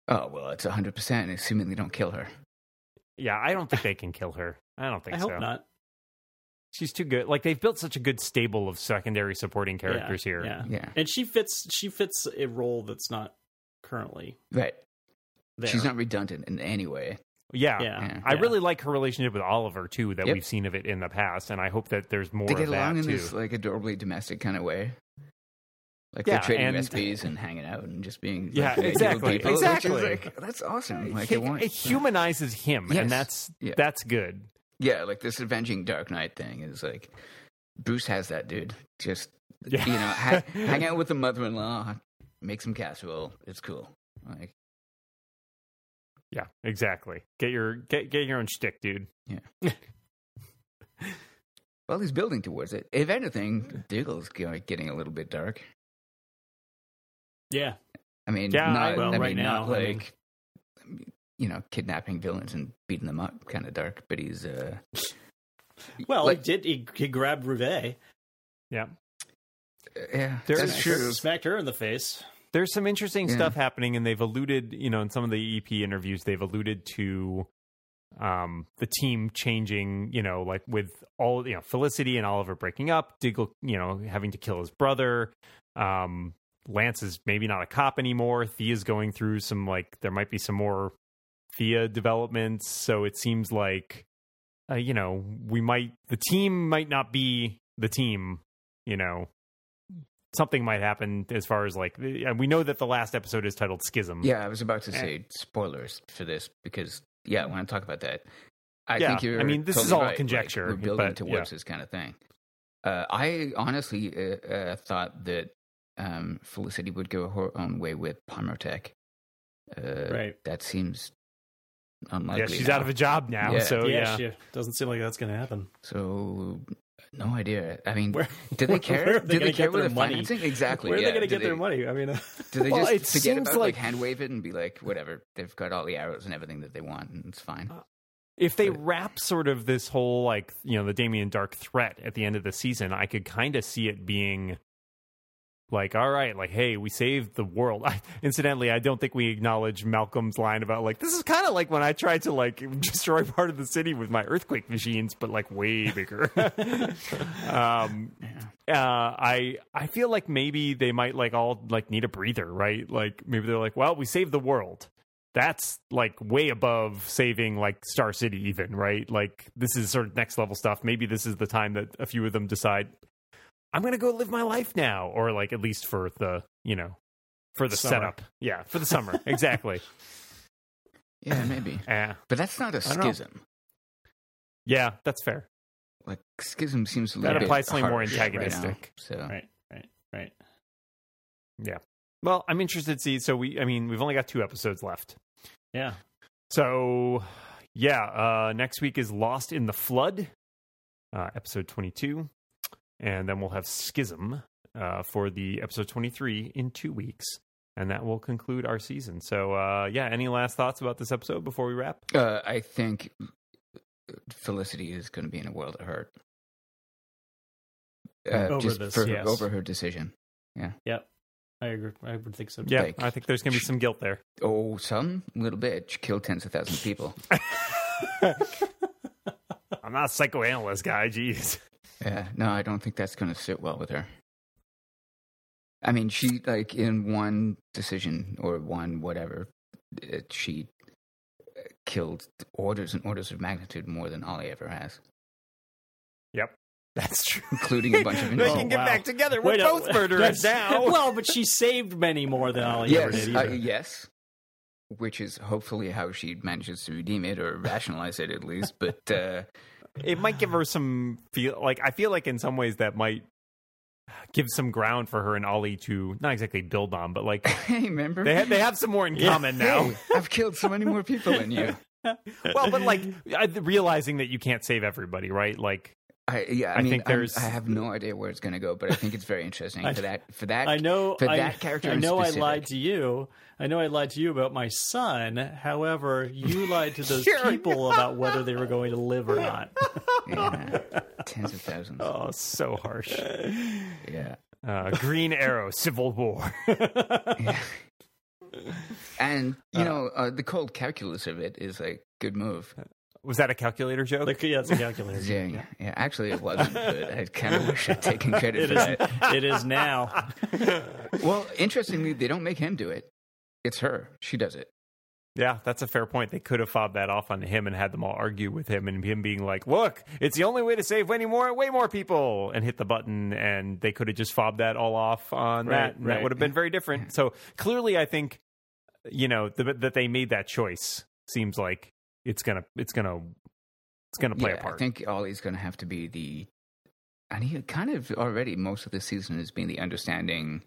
[SPEAKER 2] Oh well, it's hundred percent, assuming they don't kill her.
[SPEAKER 1] Yeah, I don't think they can kill her. I don't think
[SPEAKER 3] I
[SPEAKER 1] so.
[SPEAKER 3] hope not.
[SPEAKER 1] she's too good. Like they've built such a good stable of secondary supporting
[SPEAKER 3] Yeah,
[SPEAKER 1] characters here.
[SPEAKER 3] Yeah.
[SPEAKER 2] Yeah,
[SPEAKER 3] and she fits. She fits a role that's not currently
[SPEAKER 2] right.
[SPEAKER 3] there.
[SPEAKER 2] She's not redundant in any way.
[SPEAKER 1] Yeah.
[SPEAKER 3] Yeah,
[SPEAKER 2] Yeah.
[SPEAKER 1] I
[SPEAKER 3] yeah.
[SPEAKER 1] really like her relationship with Oliver too, that
[SPEAKER 2] Yep.
[SPEAKER 1] we've seen of it in the past, and I hope that there's more
[SPEAKER 2] they get
[SPEAKER 1] of that
[SPEAKER 2] along in
[SPEAKER 1] too.
[SPEAKER 2] this like adorably domestic kind of way. Like
[SPEAKER 1] Yeah,
[SPEAKER 2] they're trading
[SPEAKER 1] and-
[SPEAKER 2] recipes and hanging out and just being like,
[SPEAKER 1] Yeah,
[SPEAKER 2] regular
[SPEAKER 1] exactly,
[SPEAKER 2] people, which is,
[SPEAKER 1] exactly.
[SPEAKER 2] like, that's awesome. Like
[SPEAKER 1] it,
[SPEAKER 2] I want,
[SPEAKER 1] it humanizes him,
[SPEAKER 2] Yes.
[SPEAKER 1] and that's
[SPEAKER 2] Yeah.
[SPEAKER 1] that's good.
[SPEAKER 2] yeah, like this avenging Dark Knight thing is like Bruce has that dude. Just
[SPEAKER 1] Yeah.
[SPEAKER 2] you know, ha- hang out with the mother-in-law, make some casserole. It's cool. Like
[SPEAKER 1] Yeah, exactly. Get your get get your own shtick, dude.
[SPEAKER 2] well, he's building towards it. If anything, Diggle's you know, getting a little bit dark.
[SPEAKER 3] Yeah,
[SPEAKER 2] I mean,
[SPEAKER 1] Yeah,
[SPEAKER 2] not,
[SPEAKER 1] well,
[SPEAKER 2] I mean,
[SPEAKER 3] right
[SPEAKER 2] not
[SPEAKER 3] now, I
[SPEAKER 2] like
[SPEAKER 3] mean-
[SPEAKER 2] you know, kidnapping villains and beating them up, kind of dark. But he's uh,
[SPEAKER 3] Well,
[SPEAKER 2] Like-
[SPEAKER 3] he did. He, he grabbed Ruve.
[SPEAKER 1] Yeah.
[SPEAKER 2] yeah,
[SPEAKER 1] There
[SPEAKER 2] that's
[SPEAKER 1] is-
[SPEAKER 2] true.
[SPEAKER 3] Smacked her in the face.
[SPEAKER 1] There's some interesting
[SPEAKER 2] Yeah.
[SPEAKER 1] stuff happening, and they've alluded, you know, in some of the EP interviews, they've alluded to um, the team changing, you know, like with all, you know, Felicity and Oliver breaking up, Diggle, you know, having to kill his brother. Um, Lance is maybe not a cop anymore. Thea's going through some, like, there might be some more Thea developments. So it seems like, uh, you know, we might, the team might not be the team, you know. Something might happen as far as like, the- and we know that the last episode is titled Schism.
[SPEAKER 3] Mm-hmm.
[SPEAKER 2] Yeah, I was about to
[SPEAKER 3] Eh.
[SPEAKER 2] say spoilers for this because yeah, I want to talk about that. I
[SPEAKER 1] Yeah,
[SPEAKER 2] think you're.
[SPEAKER 1] I mean, this is
[SPEAKER 2] totally
[SPEAKER 1] all
[SPEAKER 2] right. Like,
[SPEAKER 1] conjecture,
[SPEAKER 2] we're building
[SPEAKER 1] but,
[SPEAKER 2] towards
[SPEAKER 1] yeah.
[SPEAKER 2] this kind of thing. Uh, I honestly uh, uh, thought that um, Felicity would go her own way with Pomertech. Uh,
[SPEAKER 3] Right.
[SPEAKER 2] That seems
[SPEAKER 1] Yeah,
[SPEAKER 2] unlikely.
[SPEAKER 1] she's
[SPEAKER 2] now.
[SPEAKER 1] out of a job now.
[SPEAKER 2] oh, Yeah.
[SPEAKER 1] So, yeah.
[SPEAKER 3] yeah, she- doesn't seem like that's going to happen.
[SPEAKER 2] So no idea. I mean,
[SPEAKER 3] Where-
[SPEAKER 2] do they
[SPEAKER 3] where
[SPEAKER 2] care?
[SPEAKER 3] are they
[SPEAKER 2] Do they
[SPEAKER 3] gonna
[SPEAKER 2] care
[SPEAKER 3] get their
[SPEAKER 2] with the
[SPEAKER 3] money?
[SPEAKER 2] financing? Exactly.
[SPEAKER 3] Where are
[SPEAKER 2] yeah.
[SPEAKER 3] they going to
[SPEAKER 2] Do
[SPEAKER 3] get their
[SPEAKER 2] they-
[SPEAKER 3] money? I mean, uh,
[SPEAKER 2] Do they
[SPEAKER 1] Well,
[SPEAKER 2] just
[SPEAKER 1] it
[SPEAKER 2] forget
[SPEAKER 1] seems
[SPEAKER 2] about like,
[SPEAKER 1] like-
[SPEAKER 2] hand wave it and be like, whatever? They've got all the arrows and everything that they want, and it's fine.
[SPEAKER 1] Uh, if they
[SPEAKER 2] But-
[SPEAKER 1] wrap sort of this whole like you know the Damien Dark threat at the end of the season, I could kind of see it being like all right like hey we saved the world I, incidentally i don't think we acknowledge malcolm's line about like this is kind of like when i tried to like destroy part of the city with my earthquake machines but like way bigger um uh i i feel like maybe they might like all like need a breather right like maybe they're like well we saved the world that's like way above saving like Star City, even right? Like this is sort of next level stuff. Maybe this is the time that a few of them decide I'm gonna go live my life now, or like at least for the you know for the
[SPEAKER 3] Summer.
[SPEAKER 1] setup, yeah, for the summer, exactly.
[SPEAKER 2] Yeah, maybe.
[SPEAKER 1] Yeah,
[SPEAKER 2] But that's not a
[SPEAKER 1] don't know.
[SPEAKER 2] schism.
[SPEAKER 1] yeah, that's fair.
[SPEAKER 2] Like schism seems a
[SPEAKER 1] That
[SPEAKER 2] little bit
[SPEAKER 1] applies something more
[SPEAKER 2] harsh right now,
[SPEAKER 1] antagonistic.
[SPEAKER 2] so
[SPEAKER 3] Right, right, right.
[SPEAKER 1] Well, I'm interested to see. So we, I mean, we've only got two episodes left.
[SPEAKER 3] Yeah.
[SPEAKER 1] So yeah, uh, next week is Lost in the Flood, uh, episode 22, and then we'll have Schism uh, for the episode 23 in two weeks. And that will conclude our season. So, uh, yeah, any last thoughts about this episode before we wrap?
[SPEAKER 2] uh, I think uh, Felicity is going to be in a world of hurt. Uh,
[SPEAKER 3] Over
[SPEAKER 2] just
[SPEAKER 3] this,
[SPEAKER 2] for-
[SPEAKER 3] yes.
[SPEAKER 2] over her decision.
[SPEAKER 3] Yep. I agree. I would think so. too.
[SPEAKER 1] Yeah,
[SPEAKER 2] Like-
[SPEAKER 1] I think there's going to be some guilt there.
[SPEAKER 2] Oh, some little bitch killed tens of thousands of people.
[SPEAKER 1] I'm not a psychoanalyst guy, jeez.
[SPEAKER 2] Yeah, no, I don't think that's going to sit well with her. I mean, she like in one decision or one whatever, it, she uh, killed orders and orders of magnitude more than Ollie ever has,
[SPEAKER 1] That's true.
[SPEAKER 2] including a bunch of
[SPEAKER 1] They
[SPEAKER 3] Oh,
[SPEAKER 1] can
[SPEAKER 2] innocent.
[SPEAKER 1] get
[SPEAKER 3] wow.
[SPEAKER 1] back together. We're
[SPEAKER 3] Wait, no,
[SPEAKER 1] both murderers
[SPEAKER 3] that's-
[SPEAKER 1] now.
[SPEAKER 3] Well, but she saved many more than Ollie ever
[SPEAKER 2] yes,
[SPEAKER 3] did.
[SPEAKER 2] uh,
[SPEAKER 3] Either.
[SPEAKER 2] yes, which is hopefully how she manages to redeem it or rationalize it at least. But uh,
[SPEAKER 1] it might give her some feel. Like I feel like in some ways that might give some ground for her and Ollie to not exactly build on, but like
[SPEAKER 2] hey, remember?
[SPEAKER 1] they ha- they have some more in
[SPEAKER 3] Yeah.
[SPEAKER 1] common now.
[SPEAKER 2] Hey, I've killed so many more people than you.
[SPEAKER 1] Well, but like I- realizing that you can't save everybody, right? Like
[SPEAKER 2] I yeah, I,
[SPEAKER 1] I
[SPEAKER 2] mean,
[SPEAKER 1] think
[SPEAKER 2] I'm-
[SPEAKER 1] there's-
[SPEAKER 2] I have no idea where it's going to go, but I think it's very interesting
[SPEAKER 3] I-
[SPEAKER 2] for that for that
[SPEAKER 3] I know
[SPEAKER 2] for
[SPEAKER 3] I,
[SPEAKER 2] that character.
[SPEAKER 3] I
[SPEAKER 2] in
[SPEAKER 3] know I
[SPEAKER 2] specific.
[SPEAKER 3] lied to you. I know I lied to you about my son. However, you lied to those
[SPEAKER 1] Sure.
[SPEAKER 3] people about whether they were going to live or not.
[SPEAKER 2] Yeah. Tens of thousands.
[SPEAKER 1] oh, so harsh.
[SPEAKER 2] Yeah.
[SPEAKER 1] Uh, Green Arrow, Civil War.
[SPEAKER 2] yeah. And, you know, uh, the cold calculus of it is like, good move.
[SPEAKER 1] Was that a calculator joke?
[SPEAKER 3] Like, yeah, it's a calculator.
[SPEAKER 2] Zing. Yeah. actually, it wasn't, but I kind of wish I'd taken credit for
[SPEAKER 3] It is.
[SPEAKER 2] that.
[SPEAKER 3] It is now.
[SPEAKER 2] Well, interestingly, they don't make him do it. It's her. She does it.
[SPEAKER 1] Yeah, that's a fair point. They could have fobbed that off on him and had them all argue with him, and him being like, "Look, it's the only way to save way more, way more people," and hit the button, and they could have just fobbed that all off on
[SPEAKER 3] Right,
[SPEAKER 1] that, and that
[SPEAKER 3] right.
[SPEAKER 1] would have been very different. So clearly, I think you know th- that they made that choice. Seems like it's gonna, it's gonna, it's gonna play
[SPEAKER 2] yeah,
[SPEAKER 1] a part.
[SPEAKER 2] I think Ollie's going to have to be the. And he kind of already, most of the season, has been the understanding,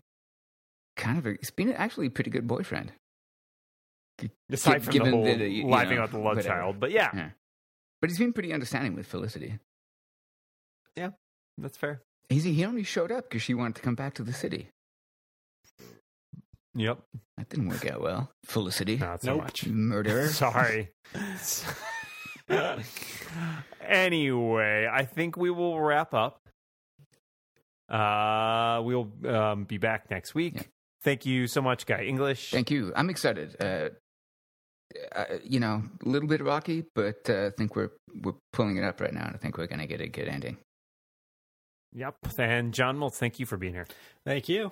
[SPEAKER 2] kind of. A, he's been actually a pretty good boyfriend.
[SPEAKER 1] Aside
[SPEAKER 2] gi-
[SPEAKER 1] from the
[SPEAKER 2] given
[SPEAKER 1] whole
[SPEAKER 2] that, uh, you
[SPEAKER 1] laughing
[SPEAKER 2] know,
[SPEAKER 1] about the love
[SPEAKER 2] whatever.
[SPEAKER 1] child, but yeah,
[SPEAKER 2] Yeah. But he's been pretty understanding with Felicity.
[SPEAKER 1] that's fair.
[SPEAKER 2] He's, he only showed up because she wanted to come back to the city.
[SPEAKER 1] Yep,
[SPEAKER 2] That didn't work out well. Felicity,
[SPEAKER 1] not so
[SPEAKER 3] Nope.
[SPEAKER 1] much.
[SPEAKER 2] murderer.
[SPEAKER 1] Sorry. anyway, I think we will wrap up. Uh, we'll um, be back next week.
[SPEAKER 2] Yeah.
[SPEAKER 1] Thank you so much, Guy English.
[SPEAKER 2] Thank you. I'm excited. Uh, uh, you know, a little bit rocky, but uh, I think we're we're pulling it up right now, and I think we're going to get a good ending.
[SPEAKER 1] Yep. And John Moltz, thank you for being here.
[SPEAKER 3] Thank you.